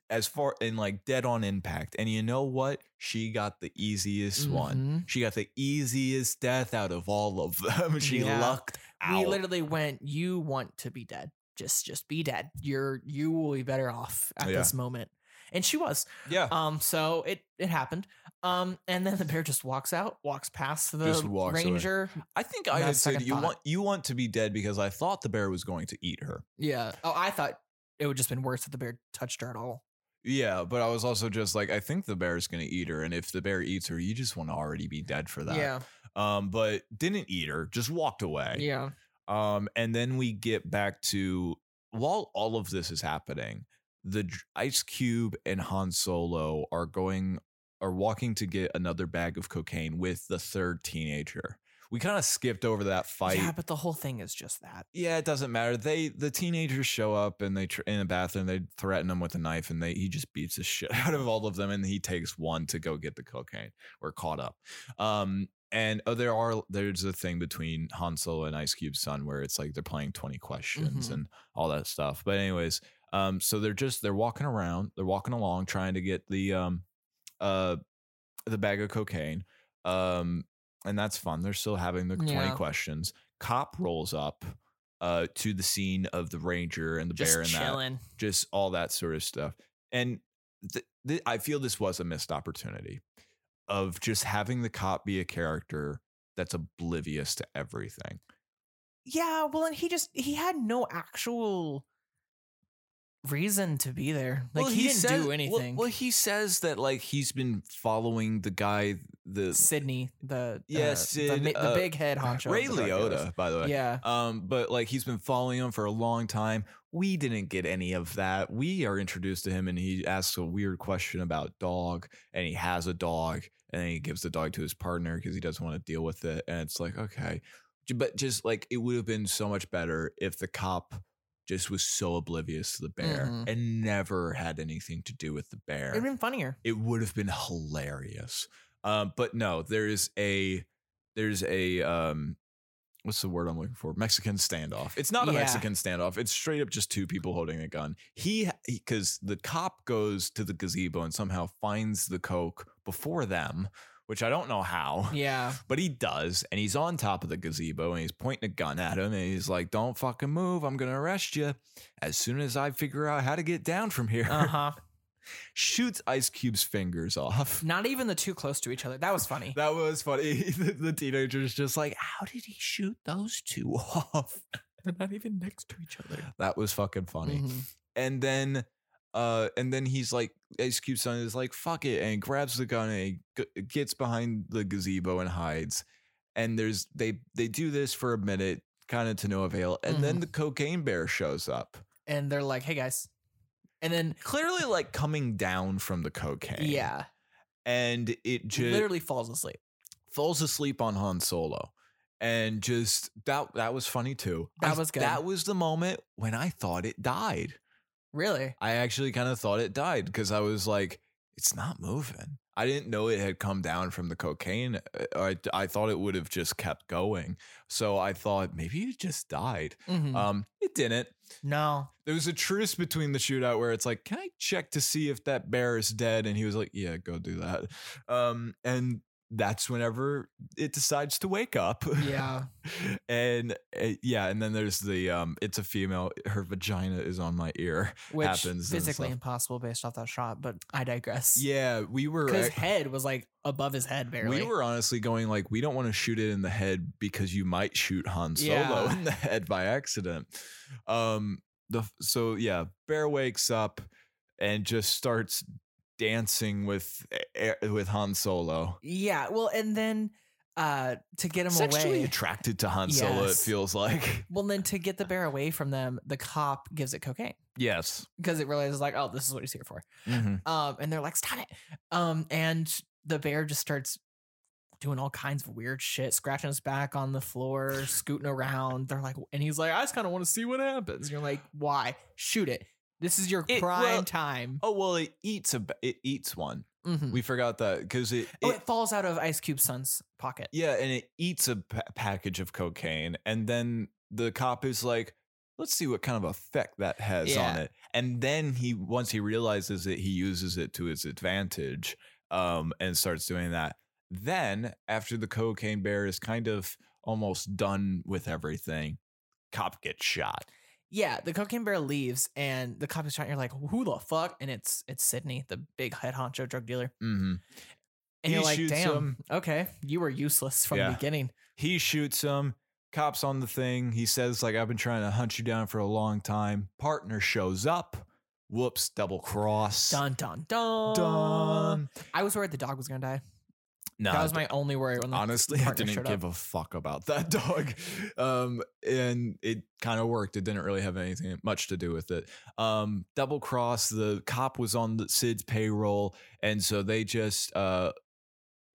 A: as far and like dead on impact and you know what she got the easiest one
C: Mhm.
A: she got the easiest death out of all of them she
C: Yeah.
A: lucked out
C: We literally went, you want to be dead. Just just be dead. You're you will be better off at
A: Oh, Yeah.
C: this moment. And she was.
A: yeah
C: Um so it it happened. Um and then the bear just walks out, walks past the
A: Just walks away.
C: ranger.
A: i think i
C: not
A: had said
C: second
A: you
C: thought.
A: want you want to be dead because i thought the bear was going to eat her
C: Yeah. Oh, I thought it would just been worse if the bear touched her at all.
A: yeah but i was also just like i think the bear is going to eat her and if the bear eats her you just want to already be dead for that
C: Yeah.
A: um but didn't eat her just walked away
C: Yeah.
A: Um, and then we get back to while all of this is happening, the Dr- Ice Cube and Han Solo are going are walking to get another bag of cocaine with the third teenager. We kind of skipped over that fight.
C: yeah,
A: Yeah.
C: but the whole thing is just that.
A: it doesn't matter. They the teenagers show up and they tr- in a bathroom. They threaten him with a knife, and they he just beats the shit out of all of them. And he takes one to go get the cocaine. We're caught up. Um, and oh, there are there's a thing between Han Solo and Ice Cube's son where it's like they're playing 20 questions
C: Mhm.
A: and all that stuff. But anyways, um, so they're just they're walking around, they're walking along trying to get the um uh the bag of cocaine. Um, and that's fun. They're still having the 20
C: Yeah.
A: questions. Cop rolls up uh to the scene of the ranger and the bear
C: Just
A: and that
C: chilling.
A: just all that sort of stuff. And th- th- I feel this was a missed opportunity of just having the cop be a character that's oblivious to everything.
C: Yeah, well, and he just he had no actual reason to be there. Like he, didn't do anything.
A: Well, he says that like he's been following the guy, the
C: Sydney, the
A: Yeah,
C: uh,
A: Sid,
C: the, mi- the
A: uh,
C: big head honcho,
A: Ray
C: of the drug dealers.
A: Liotta, by the way.
C: Yeah,
A: Um, but like he's been following him for a long time. We didn't get any of that. We are introduced to him and he asks a weird question about dog and he has a dog and then he gives the dog to his partner because he doesn't want to deal with it. And it's like, okay. J- But just like it would have been so much better if the cop just was so oblivious to the bear
C: Mhm.
A: and never had anything to do with the bear
C: it'd been funnier.
A: it would have been hilarious. Um, but no, there is a there's a um, what's the word I'm looking for? Mexican standoff. It's not a
C: Yeah.
A: Mexican standoff. It's straight up just two people holding a gun. He because the cop goes to the gazebo and somehow finds the coke before them, which I don't know how.
C: Yeah,
A: But he does, and he's on top of the gazebo, and he's pointing a gun at him, and he's like, "Don't fucking move! I'm gonna arrest you as soon as I figure out how to get down from here."
C: uh huh.
A: Shoots Ice Cube's fingers off.
C: Not even the two close to each other. That was funny.
A: That was funny. the, the teenager's just like, how did he shoot those two off?
C: They're not even next to each other.
A: That was fucking funny.
C: Mm-hmm.
A: And then, uh, and then he's like, Ice Cube's son is like, fuck it, and grabs the gun and he g- gets behind the gazebo and hides. And there's they they do this for a minute, kind of to no avail. And then
C: Mhm.
A: the cocaine bear shows up,
C: And they're like, "Hey guys," and then
A: clearly like coming down from the cocaine.
C: yeah,
A: and it just
C: literally falls asleep.
A: falls asleep on Han Solo. And just that that was funny too.
C: That
A: I-
C: was good.
A: That was the moment when I thought it died.
C: Really?
A: I actually kind of thought it died because I was like, it's not moving. I didn't know it had come down from the cocaine. Uh, I, I thought it would have just kept going. So I thought maybe it just died.
C: Mhm.
A: Um, it didn't.
C: no.
A: There was a truce between the shootout where it's like, can I check to see if that bear is dead? And he was like, yeah, go do that. Um, and that's whenever it decides to wake up.
C: Yeah.
A: and uh, yeah, and then there's the um, it's a female. Her vagina is on my ear.
C: Which
A: happens and
C: physically
A: stuff.
C: impossible based off that shot, but I digress.
A: Yeah, we were.
C: His
A: ac-
C: head was like above his head barely.
A: We were honestly going like, we don't want to shoot it in the head because you might shoot Han Solo
C: Yeah.
A: in the head by accident. Um, the so yeah, Bear wakes up and just starts dancing with eh, with Han Solo.
C: Yeah. Well, and then uh to get him
A: Sexually
C: away.
A: attracted to Han Solo, it
C: Yes.
A: feels like.
C: well, then to get the bear away from them, the cop gives it cocaine
A: Yes.
C: because it realizes like, oh, this is what he's here for.
A: Mhm.
C: Um, and they're like, stop it. Um, and the bear just starts doing all kinds of weird shit, scratching his back on the floor, scooting around. They're like, and he's like, I just kind of want to see what happens. And you're like, why? Shoot it. This is your
A: It-
C: prime
A: well-
C: time.
A: Oh well, it eats a ba- it eats one.
C: Mhm.
A: We forgot that because it,
C: oh,
A: it-
C: it falls out of Ice Cube's son's pocket.
A: yeah, and it eats a pa- package of cocaine, and then the cop is like, "Let's see what kind of effect that has on
B: Yeah.
A: it." And then he once he realizes it, he uses it to his advantage, um, and starts doing that. Then after the cocaine bear is kind of almost done with everything, cop gets shot.
C: Yeah, the cocaine bear leaves, and the cop is shot. And you're like, who the fuck? And it's it's Sydney, the big head honcho drug dealer.
A: Mm-hmm.
C: And
A: He
C: you're like,
A: shoots
C: damn,
A: him.
C: okay, you were useless from
A: Yeah.
C: the beginning.
A: he shoots him cops on the thing he says like i've been trying to hunt you down for a long time partner shows up whoops double cross
C: Dun dun dun
A: Dun.
C: I was worried the dog was gonna die.
A: no
C: that was my only worry. When the
A: honestly i
C: partner
A: didn't
C: showed
A: give a fuck about that dog um and it kind of worked it didn't really have anything much to do with it um double cross the cop was on the sid's payroll and so they just uh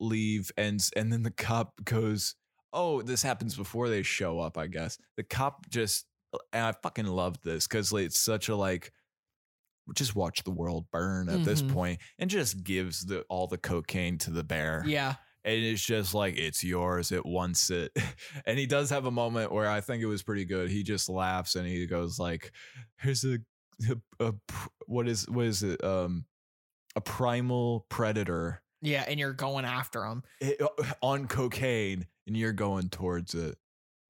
A: leave and and then the cop goes oh this happens before they show up i guess the cop just and i fucking loved this because it's such a like just watch the world burn at this
C: Mhm.
A: point and just gives the all the cocaine to the bear
C: yeah,
A: and it's just like it's yours it wants it and he does have a moment where i think it was pretty good he just laughs and he goes like here's a, a, a pr- what is what is it um a primal predator
C: yeah, and you're going after him.
A: i- on cocaine and you're going towards it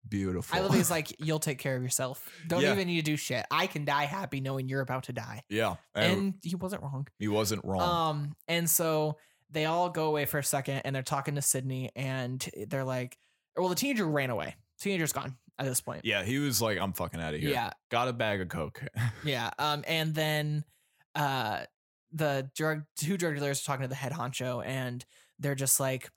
A: beautiful
C: I love. that He's like, you'll take care of yourself. Don't
A: Yeah.
C: even need to do shit. I can die happy knowing you're about to die.
A: yeah and,
C: And he wasn't wrong.
A: he wasn't wrong
C: Um, and so they all go away for a second and they're talking to Sydney and they're like, well, the teenager ran away. Teenager's gone at this point.
A: yeah he was like i'm fucking out of here
C: Yeah.
A: got a bag of coke
C: Yeah. Um, and then uh the drug two drug dealers are talking to the head honcho and they're just like,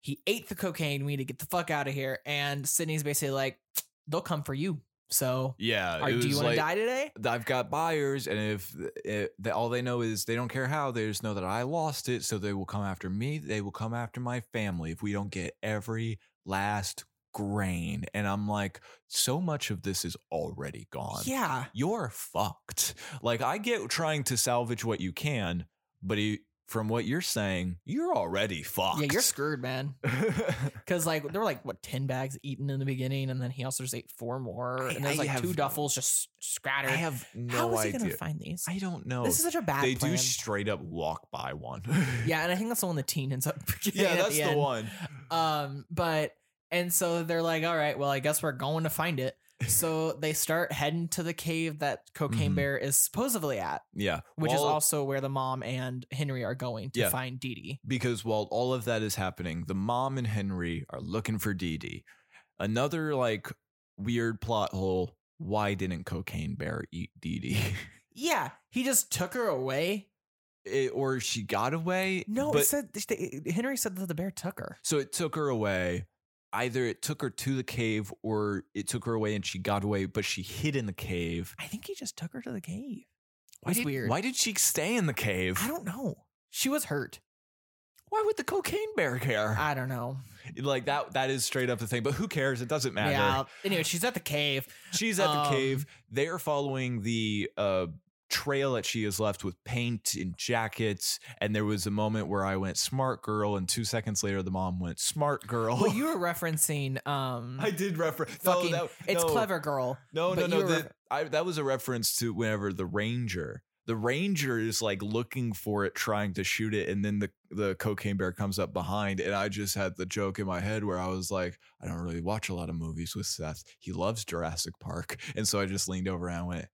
C: He ate the cocaine, we need to get the fuck out of here. And Sydney's basically like, They'll come for you. So
A: yeah
C: are,
A: it
C: do you
A: was
C: want to
A: like-
C: die today?
A: I've got buyers, and if it, they, all they know is they don't care how, they just know that I lost it, so they will come after me. They will come after my family if we don't get every last grain. And I'm like, so much of this is already gone.
C: Yeah.
A: You're fucked. Like, I get trying to salvage what you can, but he, from what you're saying, you're already fucked.
C: Yeah, you're screwed, man. Because like there were like what ten bags eaten in the beginning, and then he also just ate four more,
A: I-
C: and there's
A: I
C: like two
A: have-
C: duffels just
A: I
C: scattered.
A: have no
C: How was he
A: idea.
C: gonna find these?
A: I don't know.
C: This is such a bad
A: they
C: plan.
A: do straight up walk by one.
C: yeah, and I think that's the one the teen ends up. getting
A: yeah,
C: at
A: that's the,
C: end.
A: one.
C: Um, but and so they're like, all right, well, I guess we're going to find it. So they start heading to the cave that Cocaine
A: Mhm.
C: Bear is supposedly at,
A: Yeah.
C: which is
A: While-
C: also where the mom and Henry are going to
A: Yeah.
C: find Dee Dee.
A: because while all of that is happening, the mom and Henry are looking for Dee Dee. Another like weird plot hole. Why didn't Cocaine Bear eat Dee Dee?
C: Yeah, he just took her away.
A: It- or she got away?
C: No,
A: but-
C: it said Henry said that the bear took her.
A: so it took her away. Either it took her to the cave or it took her away and she got away, but she hid in the cave.
C: I think he just took her to the cave.
A: Why
C: It's
A: did,
C: weird.
A: Why did she stay in the cave?
C: I don't know. She was hurt.
A: Why would the cocaine bear care?
C: I don't know.
A: like that that is straight up the thing, but who cares? It doesn't matter.
C: Yeah. Anyway, she's at the cave.
A: She's at the
C: Um,
A: cave. They are following the uh, trail that she has left with paint and jackets. And there was a moment where I went smart girl, and two seconds later, the mom went smart girl.
C: Well, you were referencing um
A: Oh. I did reference.
C: fucking
A: no, that,
C: it's
A: no,
C: clever girl.
A: No, no,
C: but you
A: no.
C: were
A: That,
C: refer-
A: I, that was a reference to whenever the ranger. The ranger is like looking for it, trying to shoot it, and then the the cocaine bear comes up behind. And I just had the joke in my head where I was like, I don't really watch a lot of movies with Seth. He loves Jurassic Park, and so I just leaned over and I went,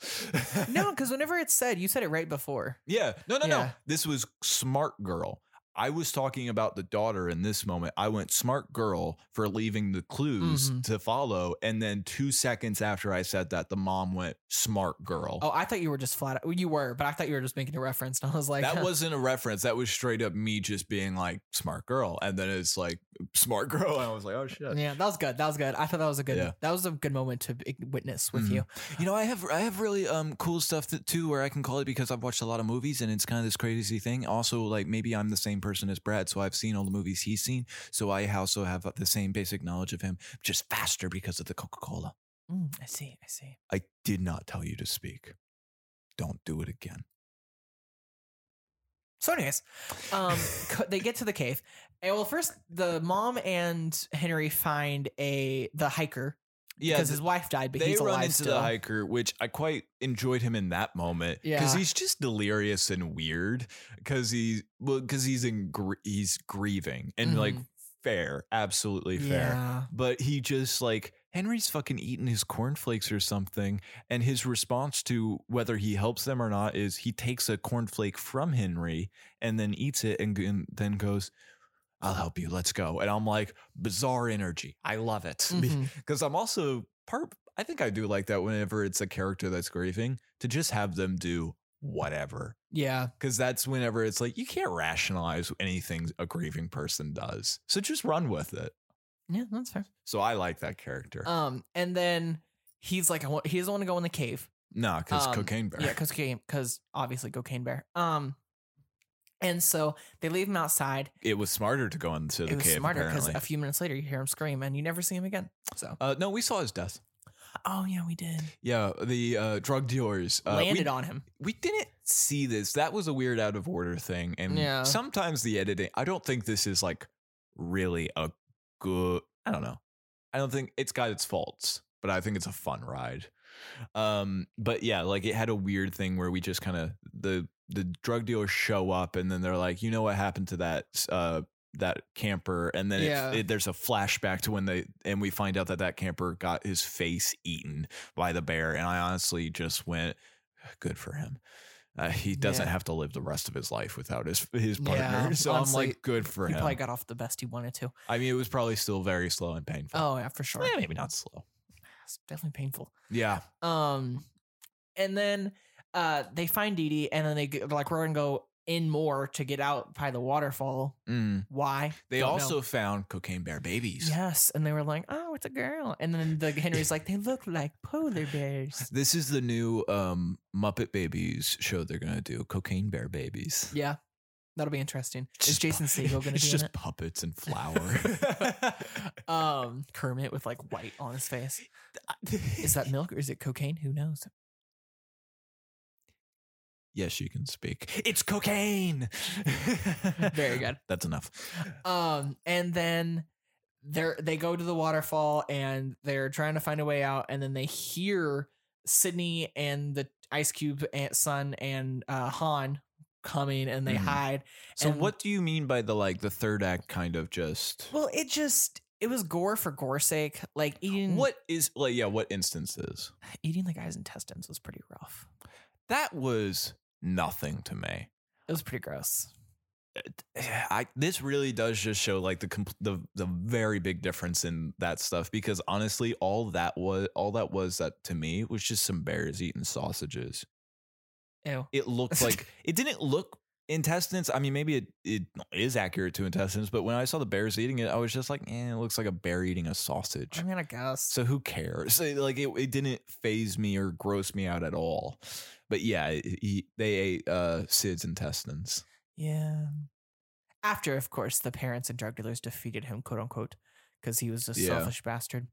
A: "Clever girl."
C: No, because whenever it's said, you said it right before.
A: yeah, no, no, no.
C: Yeah.
A: This was smart girl. I was talking about the daughter in this moment. I went smart girl for leaving the clues
C: Mhm.
A: to follow. And then two seconds after I said that, the mom went smart girl.
C: Oh, I thought you were just flat. Out, you were, but I thought you were just making a reference, and I was like,
A: that wasn't a reference. That was straight up me just being like smart girl. And then it's like smart girl. And I was like, oh shit.
C: Yeah, that was good. That was good. I thought that was a good.
A: Yeah.
C: That was a good moment to be- witness with
A: Mhm.
C: you.
A: You know, I have I have really um cool stuff that, too where I can call it because I've watched a lot of movies and it's kind of this crazy thing. Also, like maybe I'm the same person as Brad, so I've seen all the movies uh, he's seen, so I also have the same basic knowledge of him, just faster because of the Coca Cola.
C: Mm, I see. I see.
A: I did not tell you to speak. Don't do it again.
C: So, anyways, um, co- they get to the cave. And, well, first the mom and Henry find a the hiker
A: Yeah,
C: because his wife died, but
A: they
C: he's
A: run
C: alive
A: into
C: still.
A: the hiker, which I quite enjoyed him in that moment because
B: Yeah.
A: he's just delirious and weird because he's well because he's in gr- he's grieving and like
C: Mhm.
A: fair, absolutely fair.
C: Yeah.
A: But he just like Henry's fucking eating his cornflakes or something, and his response to whether he helps them or not is he takes a cornflake from Henry and then eats it and, g- and then goes. I'll help you. Let's go. And I'm like, bizarre energy. I love it
C: Mhm.
A: because I'm also part. I think I do like that whenever it's a character that's grieving to just have them do whatever.
C: Yeah.
A: Because that's whenever it's like you can't rationalize anything a grieving person does. So just run with it.
C: Yeah. That's fair.
A: So I like that character. Nah, 'cause
C: Um, and then he's like, I want, he doesn't want to go in the cave.
A: no, because
C: um,
A: cocaine bear.
C: Yeah, because cocaine, because obviously cocaine bear. Um, and so they leave him outside.
A: it was smarter to go into the
C: it was
A: cave.
C: smarter because
A: apparently.
C: a few minutes later you hear him scream and you never see him again. So,
A: uh, no, we saw his death.
C: oh yeah, we did.
A: Yeah, the uh, drug dealers uh, we-
C: Landed on him.
A: we didn't see this. That was a weird out of order thing. And
C: Yeah.
A: sometimes the editing, I don't think this is like really a good, I don't know. I don't think it's got its faults, but I think it's a fun ride. Um, but yeah, like it had a weird thing where we just kind of the the drug dealers show up and then they're like, you know what happened to that uh that camper and then it-
B: Yeah.
A: it, there's a flashback to when they and we find out that that camper got his face eaten by the bear and I honestly just went good for him. Uh, he doesn't
C: Yeah.
A: have to live the rest of his life without his his partner.
B: Yeah,
A: so I'm
C: honestly,
A: like, good for
C: he
A: him.
C: probably got off the best he wanted to.
A: I mean, it was probably still very slow and painful.
C: Oh yeah, for sure.
A: Eh, maybe not slow.
C: It's definitely painful.
A: Yeah,
C: Um, and then uh, they find Dee Dee, and then they go- like we're gonna go in more to get out by the waterfall.
A: Mm.
C: Why?
A: they
C: Don't know.
A: also found cocaine bear babies.
C: Yes, and they were like, "Oh, it's a girl," and then the Henry's like, "They look like polar bears."
A: This is the new um, Muppet Babies show they're gonna do. Cocaine bear babies.
C: Yeah, that'll be interesting.
A: It's
C: Is
A: just
C: Jason
A: pu-
C: Segel gonna
A: It's
C: be
A: just
C: in it?
A: puppets and flour.
C: Um, Kermit with like white on his face. Is that milk or is it cocaine? Who knows?
A: yes, you can speak. It's cocaine.
C: Very good.
A: That's enough.
C: Um, and then they're they go to the waterfall and they're trying to find a way out, and then they hear Sydney and the Ice Cube and son and uh, Han coming, and they
A: Mhm.
C: hide.
A: So
C: And-
A: what do you mean by the like the third act kind of just
C: Well, it just it was gore for gore's sake. Like eating
A: what is like yeah, what instances?
C: eating the guy's intestines was pretty rough.
A: That was nothing to me.
C: It was pretty gross.
A: I this really does just show like the compl- the the very big difference in that stuff because honestly all that was all that was that to me was just some bears eating sausages.
C: Ew.
A: It looked like it didn't look intestines. I mean maybe it it is accurate to intestines, but when I saw the bears eating it, I was just like, eh, it looks like a bear eating a sausage.
C: I mean, I guess.
A: So who cares? So, like it, it didn't phase me or gross me out at all. But yeah, it- he, they ate uh, Sid's intestines.
C: Yeah. After, of course, the parents and drug dealers defeated him, quote unquote, because he was a
A: Yeah.
C: selfish bastard.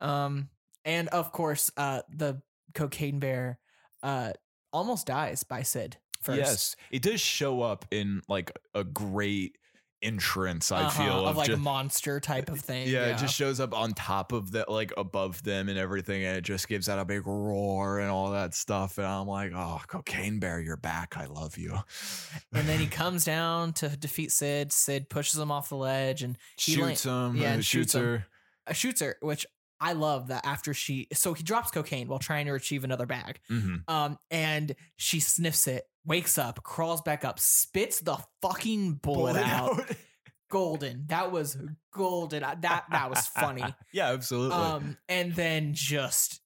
C: Um, and of course, uh, the cocaine bear, uh, almost dies by Sid first.
A: Yes, it does show up in like a great entrance. I
C: Uh-huh,
A: feel
C: of, like
A: just-
C: a monster type of thing.
A: yeah, it just shows up on top of that, like above them and everything, and it just gives out a big roar and all that stuff. And I'm like, oh, cocaine bear, you're back. I love you.
C: and then he comes down to defeat Sid. Sid pushes him off the ledge and he lan-
A: shoots him.
C: yeah,
A: uh,
C: and shoots
A: shoots
C: him.
A: her.
C: uh, shoots her, which I love that after she so he drops cocaine while trying to retrieve another bag.
A: Mhm.
C: Um and she sniffs it, wakes up, crawls back up, spits the fucking bullet,
A: Bullet
C: out. Golden. That was golden. I- That that was funny.
A: yeah, absolutely.
C: um and then just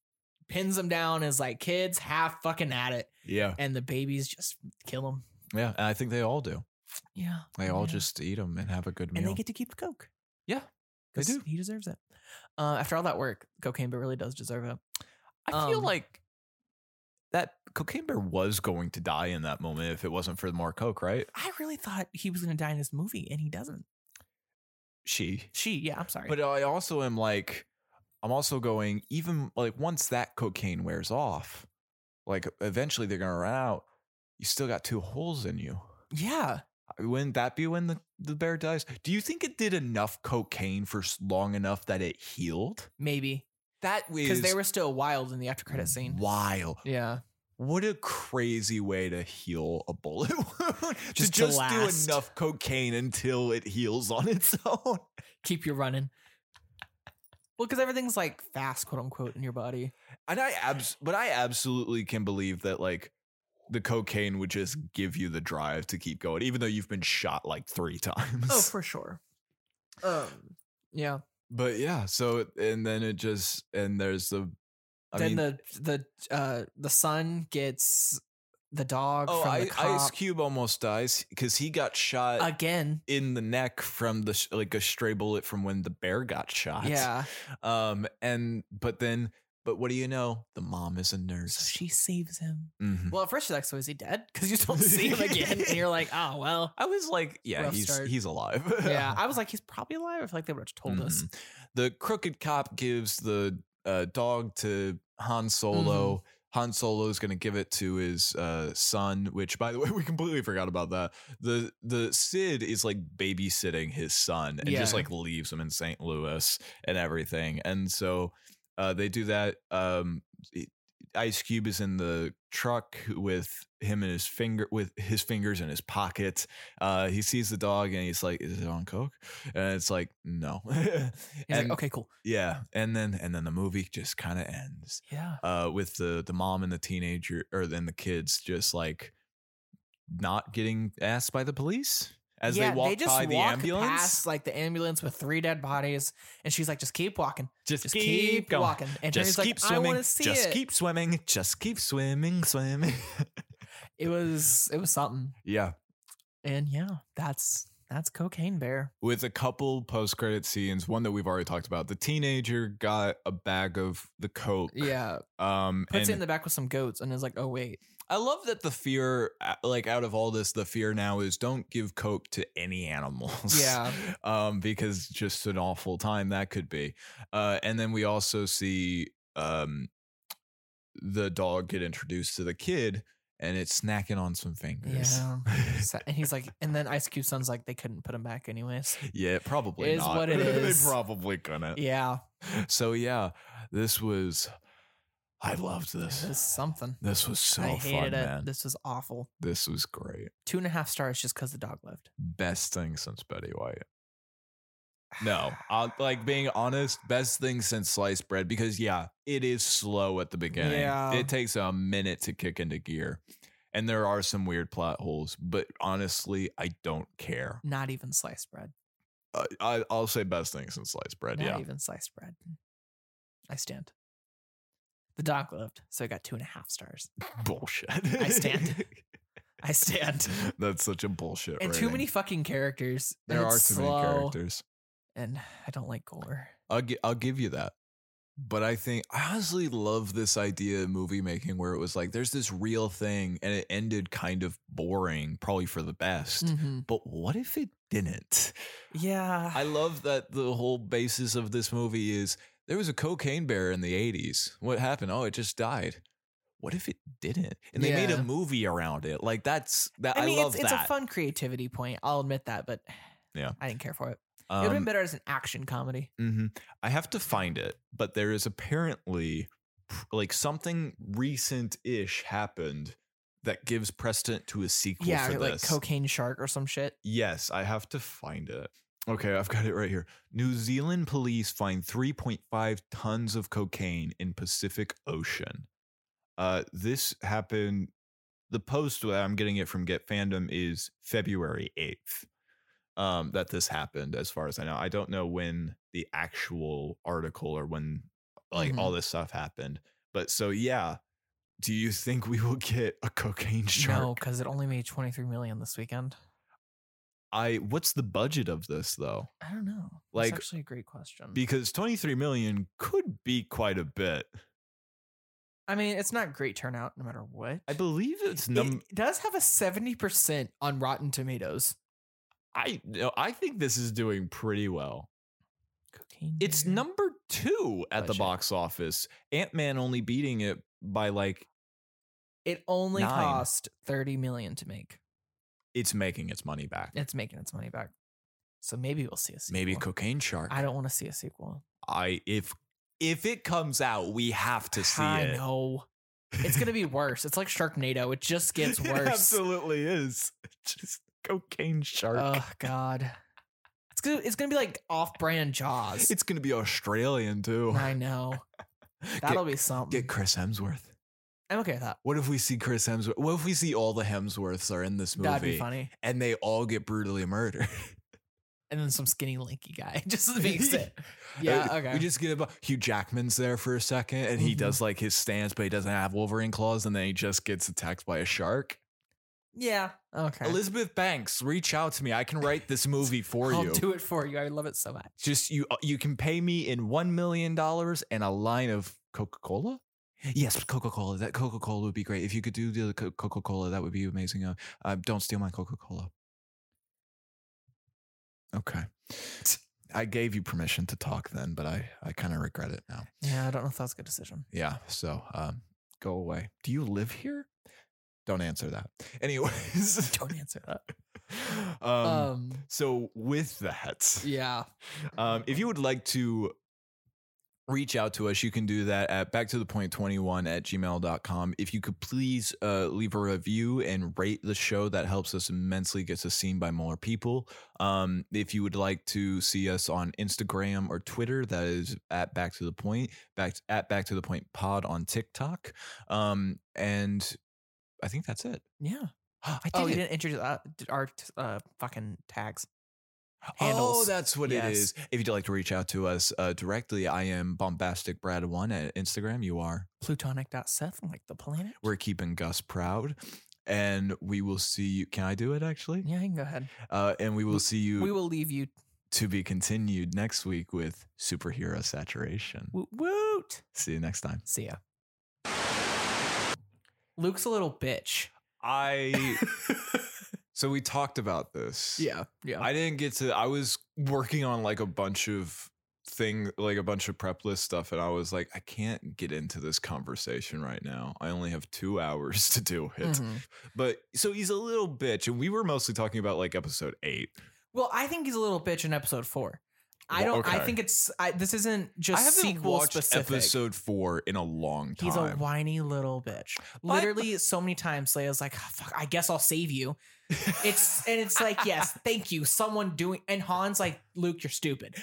C: pins him down is like kids have fucking at it
A: yeah,
C: and the babies just kill him.
A: yeah. And I think they all do.
C: Yeah.
A: They all
C: Yeah.
A: just eat them and have a good meal.
C: and they get to keep the coke.
A: Yeah, they
C: 'Cause
A: do.
C: He deserves it. Uh, after all that work, cocaine but really does deserve it.
A: I feel
C: um,
A: like that cocaine bear was going to die in that moment if it wasn't for more coke, right?
C: I really thought he was going to die in this movie, and he doesn't.
A: She. uh,
C: She, yeah, I'm sorry.
A: But I also am like, I'm also going even like once that cocaine wears off, like eventually they're gonna run out. You still got two holes in you.
C: Yeah.
A: Wouldn't that be when the, the bear dies? Do you think it did enough cocaine for s- long enough that it healed?
C: Maybe.
A: That
C: Because
A: is
C: they were still wild in the after credit scene.
A: Wild.
C: Yeah.
A: What a crazy way to heal a bullet wound.
C: Just to
A: to just
C: last.
A: do enough cocaine until it heals on its own.
C: Keep you running. Well, because everything's like fast, quote unquote, in your body.
A: And I abs but I absolutely can believe that like the cocaine would just give you the drive to keep going, even though you've been shot like three times.
C: Oh, for sure. Um. Yeah.
A: but yeah, so and then it just and there's the I mean,
C: then the the uh the son gets the dog
A: oh,
C: from
A: I,
C: the cop
A: Ice Cube almost dies because he got shot
C: again.
A: in the neck from the sh- like a stray bullet from when the bear got shot.
C: Yeah.
A: Um. And but then, but what do you know? The mom is a
C: So
A: nurse.
C: she saves him.
A: Mhm.
C: Well, at first you're like, so is he dead? Because you don't see him again, and you're like, oh well.
A: I was like, yeah,
C: Rough
A: he's
C: start.
A: he's alive.
C: Yeah. I was like, he's probably alive. I feel like they would have told us.
A: Mhm. The crooked cop gives the uh, dog to
C: Mm-hmm.
A: Han Solo. Han Solo is going to give it to his uh, son, which, by the way, we completely forgot about that. the The Sid is like babysitting his son and just
C: Yeah.
A: like leaves him in St. Louis and everything. And so uh, they do that. Um, it- Ice Cube is in the truck with him and his finger with his fingers in his pocket. Uh, he sees the dog and he's like, "Is it on coke?" And it's like, "No."
C: He's
A: and
C: like, okay, cool.
A: yeah, and then and then the movie just kind of ends
C: Yeah.
A: uh, with the the mom and the teenager or then the kids just like not getting asked by the police as
C: yeah,
A: they walk by the
C: walk
A: ambulance.
C: past, like the ambulance with three dead bodies, and she's like, just keep walking,
A: just,
C: just
A: keep,
C: keep,
A: going.
C: walking, and
A: Just
C: Henry's like,
A: keep
C: I
A: swimming.
C: want to see
A: just
C: it.
A: keep swimming. Just keep swimming, swimming.
C: it was it was something,
A: yeah,
C: and yeah, that's that's cocaine bear.
A: with a couple post credit scenes. One that we've already talked about. The teenager got a bag of the coke.
C: Yeah,
A: Um,
C: puts
A: and
C: it in the back with some goats, and is like, oh wait,
A: I love that the fear, uh, like out of all this, the fear now is don't give coke to any animals.
C: Yeah.
A: um, because just an awful time that could be. Uh, and then we also see um, the dog get introduced to the kid, and it's snacking on some fingers.
C: yeah. So- and he's like, and then Ice Cube son's like, they couldn't put him back anyways.
A: Yeah, probably
C: Is
A: not.
C: what it is.
A: they probably couldn't.
C: Yeah,
A: So yeah, this was. I loved
C: this
A: this.
C: is something.
A: This was so
C: I
A: fun,
C: hated it.
A: man.
C: This was awful.
A: This was great.
C: Two and a half stars just because the dog lived.
A: Best thing since Betty White. No, I'll, like being honest, best thing since sliced bread because yeah, it is slow at the beginning.
C: Yeah.
A: It takes a minute to kick into gear, and there are some weird plot holes. But honestly, I don't care.
C: Not even sliced bread.
A: Uh, I, I'll say best thing since sliced bread.
C: Not
A: yeah,
C: even sliced bread. I stand. The dog lived, so I got two and a half stars.
A: bullshit.
C: I stand. I stand.
A: That's such a bullshit.
C: And too
A: rating.
C: many fucking characters. and
A: There are too
C: it's
A: many
C: slow,
A: characters.
C: And I don't like gore.
A: I'll, gi- I'll give you that. But I think I honestly love this idea of movie making where it was like there's this real thing and it ended kind of boring, probably for the best.
C: Mhm.
A: But what if it didn't?
C: Yeah.
A: I love that the whole basis of this movie is there was a cocaine bear in the 80s. What happened? Oh, it just died. What if it didn't? And they made
C: Yeah.
A: a movie around it. Like that's that I,
C: I mean,
A: love
C: it's, it's
A: that.
C: a fun creativity point. I'll admit that, but
A: Yeah. Um,
C: I didn't care for it. It would have been better as an action comedy.
A: hmm I have to find it, but there is apparently pr- like something recent ish happened that gives precedent to a sequel
C: Yeah,
A: for
C: like
A: this.
C: Cocaine Shark or some shit.
A: yes, I have to find it. Okay, I've got it right here. New Zealand police find 3.5 tons of cocaine in Pacific Ocean. Uh, this happened. The post where I'm getting it from Get Fandom is February 8th um, that this happened, as far as I know. I don't know when the actual article or when like all this stuff happened. But so, yeah. Do you think we will get a cocaine shark?
C: No, because it only made 23 million this weekend.
A: I what's the budget of this though?
C: I don't know.
A: Like,
C: That's actually a great question.
A: Because 23 million could be quite a bit.
C: I mean, it's not great turnout no matter what.
A: I believe it's num
C: it does have a 70% on Rotten Tomatoes.
A: I no, I think this is doing pretty well.
C: Cocaine.
A: It's
C: Bear.
A: number two at the
C: Budget.
A: box office. Ant Man only beating it by like
C: It only
A: Nine.
C: cost 30 million to make.
A: it's making its money back.
C: It's making its money back. So maybe we'll see a sequel.
A: Maybe Cocaine Shark.
C: I don't want to see a sequel.
A: I if if it comes out, we have to see
C: I
A: it.
C: know. It's going to be worse. It's like Sharknado. It just gets worse.
A: absolutely is. Just Cocaine Shark.
C: oh god. It's gonna it's gonna be like off brand Jaws.
A: it's gonna be Australian too.
C: I know. That'll be something.
A: Get Chris Hemsworth.
C: I'm okay with that.
A: What if we see Chris Hemsworth? What if we see all the Hemsworths are in this movie
C: That'd be funny.
A: and they all get brutally murdered?
C: And then some skinny lanky guy just makes it. Yeah,
A: Uh,
C: okay.
A: We just get about Hugh Jackman's there for a second and he
C: Mhm.
A: does like his stance, but he doesn't have Wolverine claws and then he just gets attacked by a shark.
C: Yeah. Okay.
A: Elizabeth Banks, reach out to me. I can write this movie for
C: I'll
A: you.
C: do it for you. I love it so much.
A: just you uh, you can pay me in one million dollars and a line of coca-cola yes coca-cola that coca-cola would be great if you could do the Co- coca-cola that would be amazing uh, uh, don't steal my coca-cola okay i gave you permission to talk then but i i kind of regret it now
C: Yeah, I don't know if that was a good decision.
A: yeah so um go away do you live here don't answer that anyways
C: Don't answer that.
A: um,
C: um
A: so with that
C: yeah.
A: um, if you would like to reach out to us, you can do that at back to the point 21 at gmail.com. If you could please uh, leave a review and rate the show, that helps us immensely, gets us seen by more people. Um, if you would like to see us on Instagram or Twitter, that is at back to the point, back at back to the point pod on TikTok. Um, and I think that's it.
C: Yeah.
A: I did
C: Oh, you
A: it.
C: didn't introduce uh, did our uh, fucking tags. handles.
A: Oh, that's what it
C: Yes.
A: is. If you'd like to reach out to us uh, directly, I am bombasticbrad1 at Instagram. You are.
C: Plutonic.seth, like the planet.
A: We're keeping Gus proud. And we will see you. Can I do it actually?
C: yeah, you can go ahead.
A: Uh, and we will see you
C: We will leave you.
A: to be continued next week with superhero saturation.
C: Woot woot.
A: See you next time.
C: See ya. Luke's a little bitch.
A: I. so we talked about this.
C: Yeah.
A: I didn't get to. I was working on like a bunch of thing, like a bunch of prep list stuff, and I was like, I can't get into this conversation right now. I only have two hours to do it.
C: Mhm.
A: But so he's a little bitch, and we were mostly talking about like episode eight.
C: Well, I think he's a little bitch in episode four. I
A: Well,
C: don't. I
A: okay.
C: think it's. I, this isn't just
A: I haven't
C: sequel
A: watched
C: specific.
A: episode four in a long time.
C: He's a whiny little bitch.
A: But-
C: Literally, so many times Leia's like, "Ah, "Fuck, I guess I'll save you." It's and it's like, "Yes, thank you." Someone doing and Han's like, "Luke, you're stupid."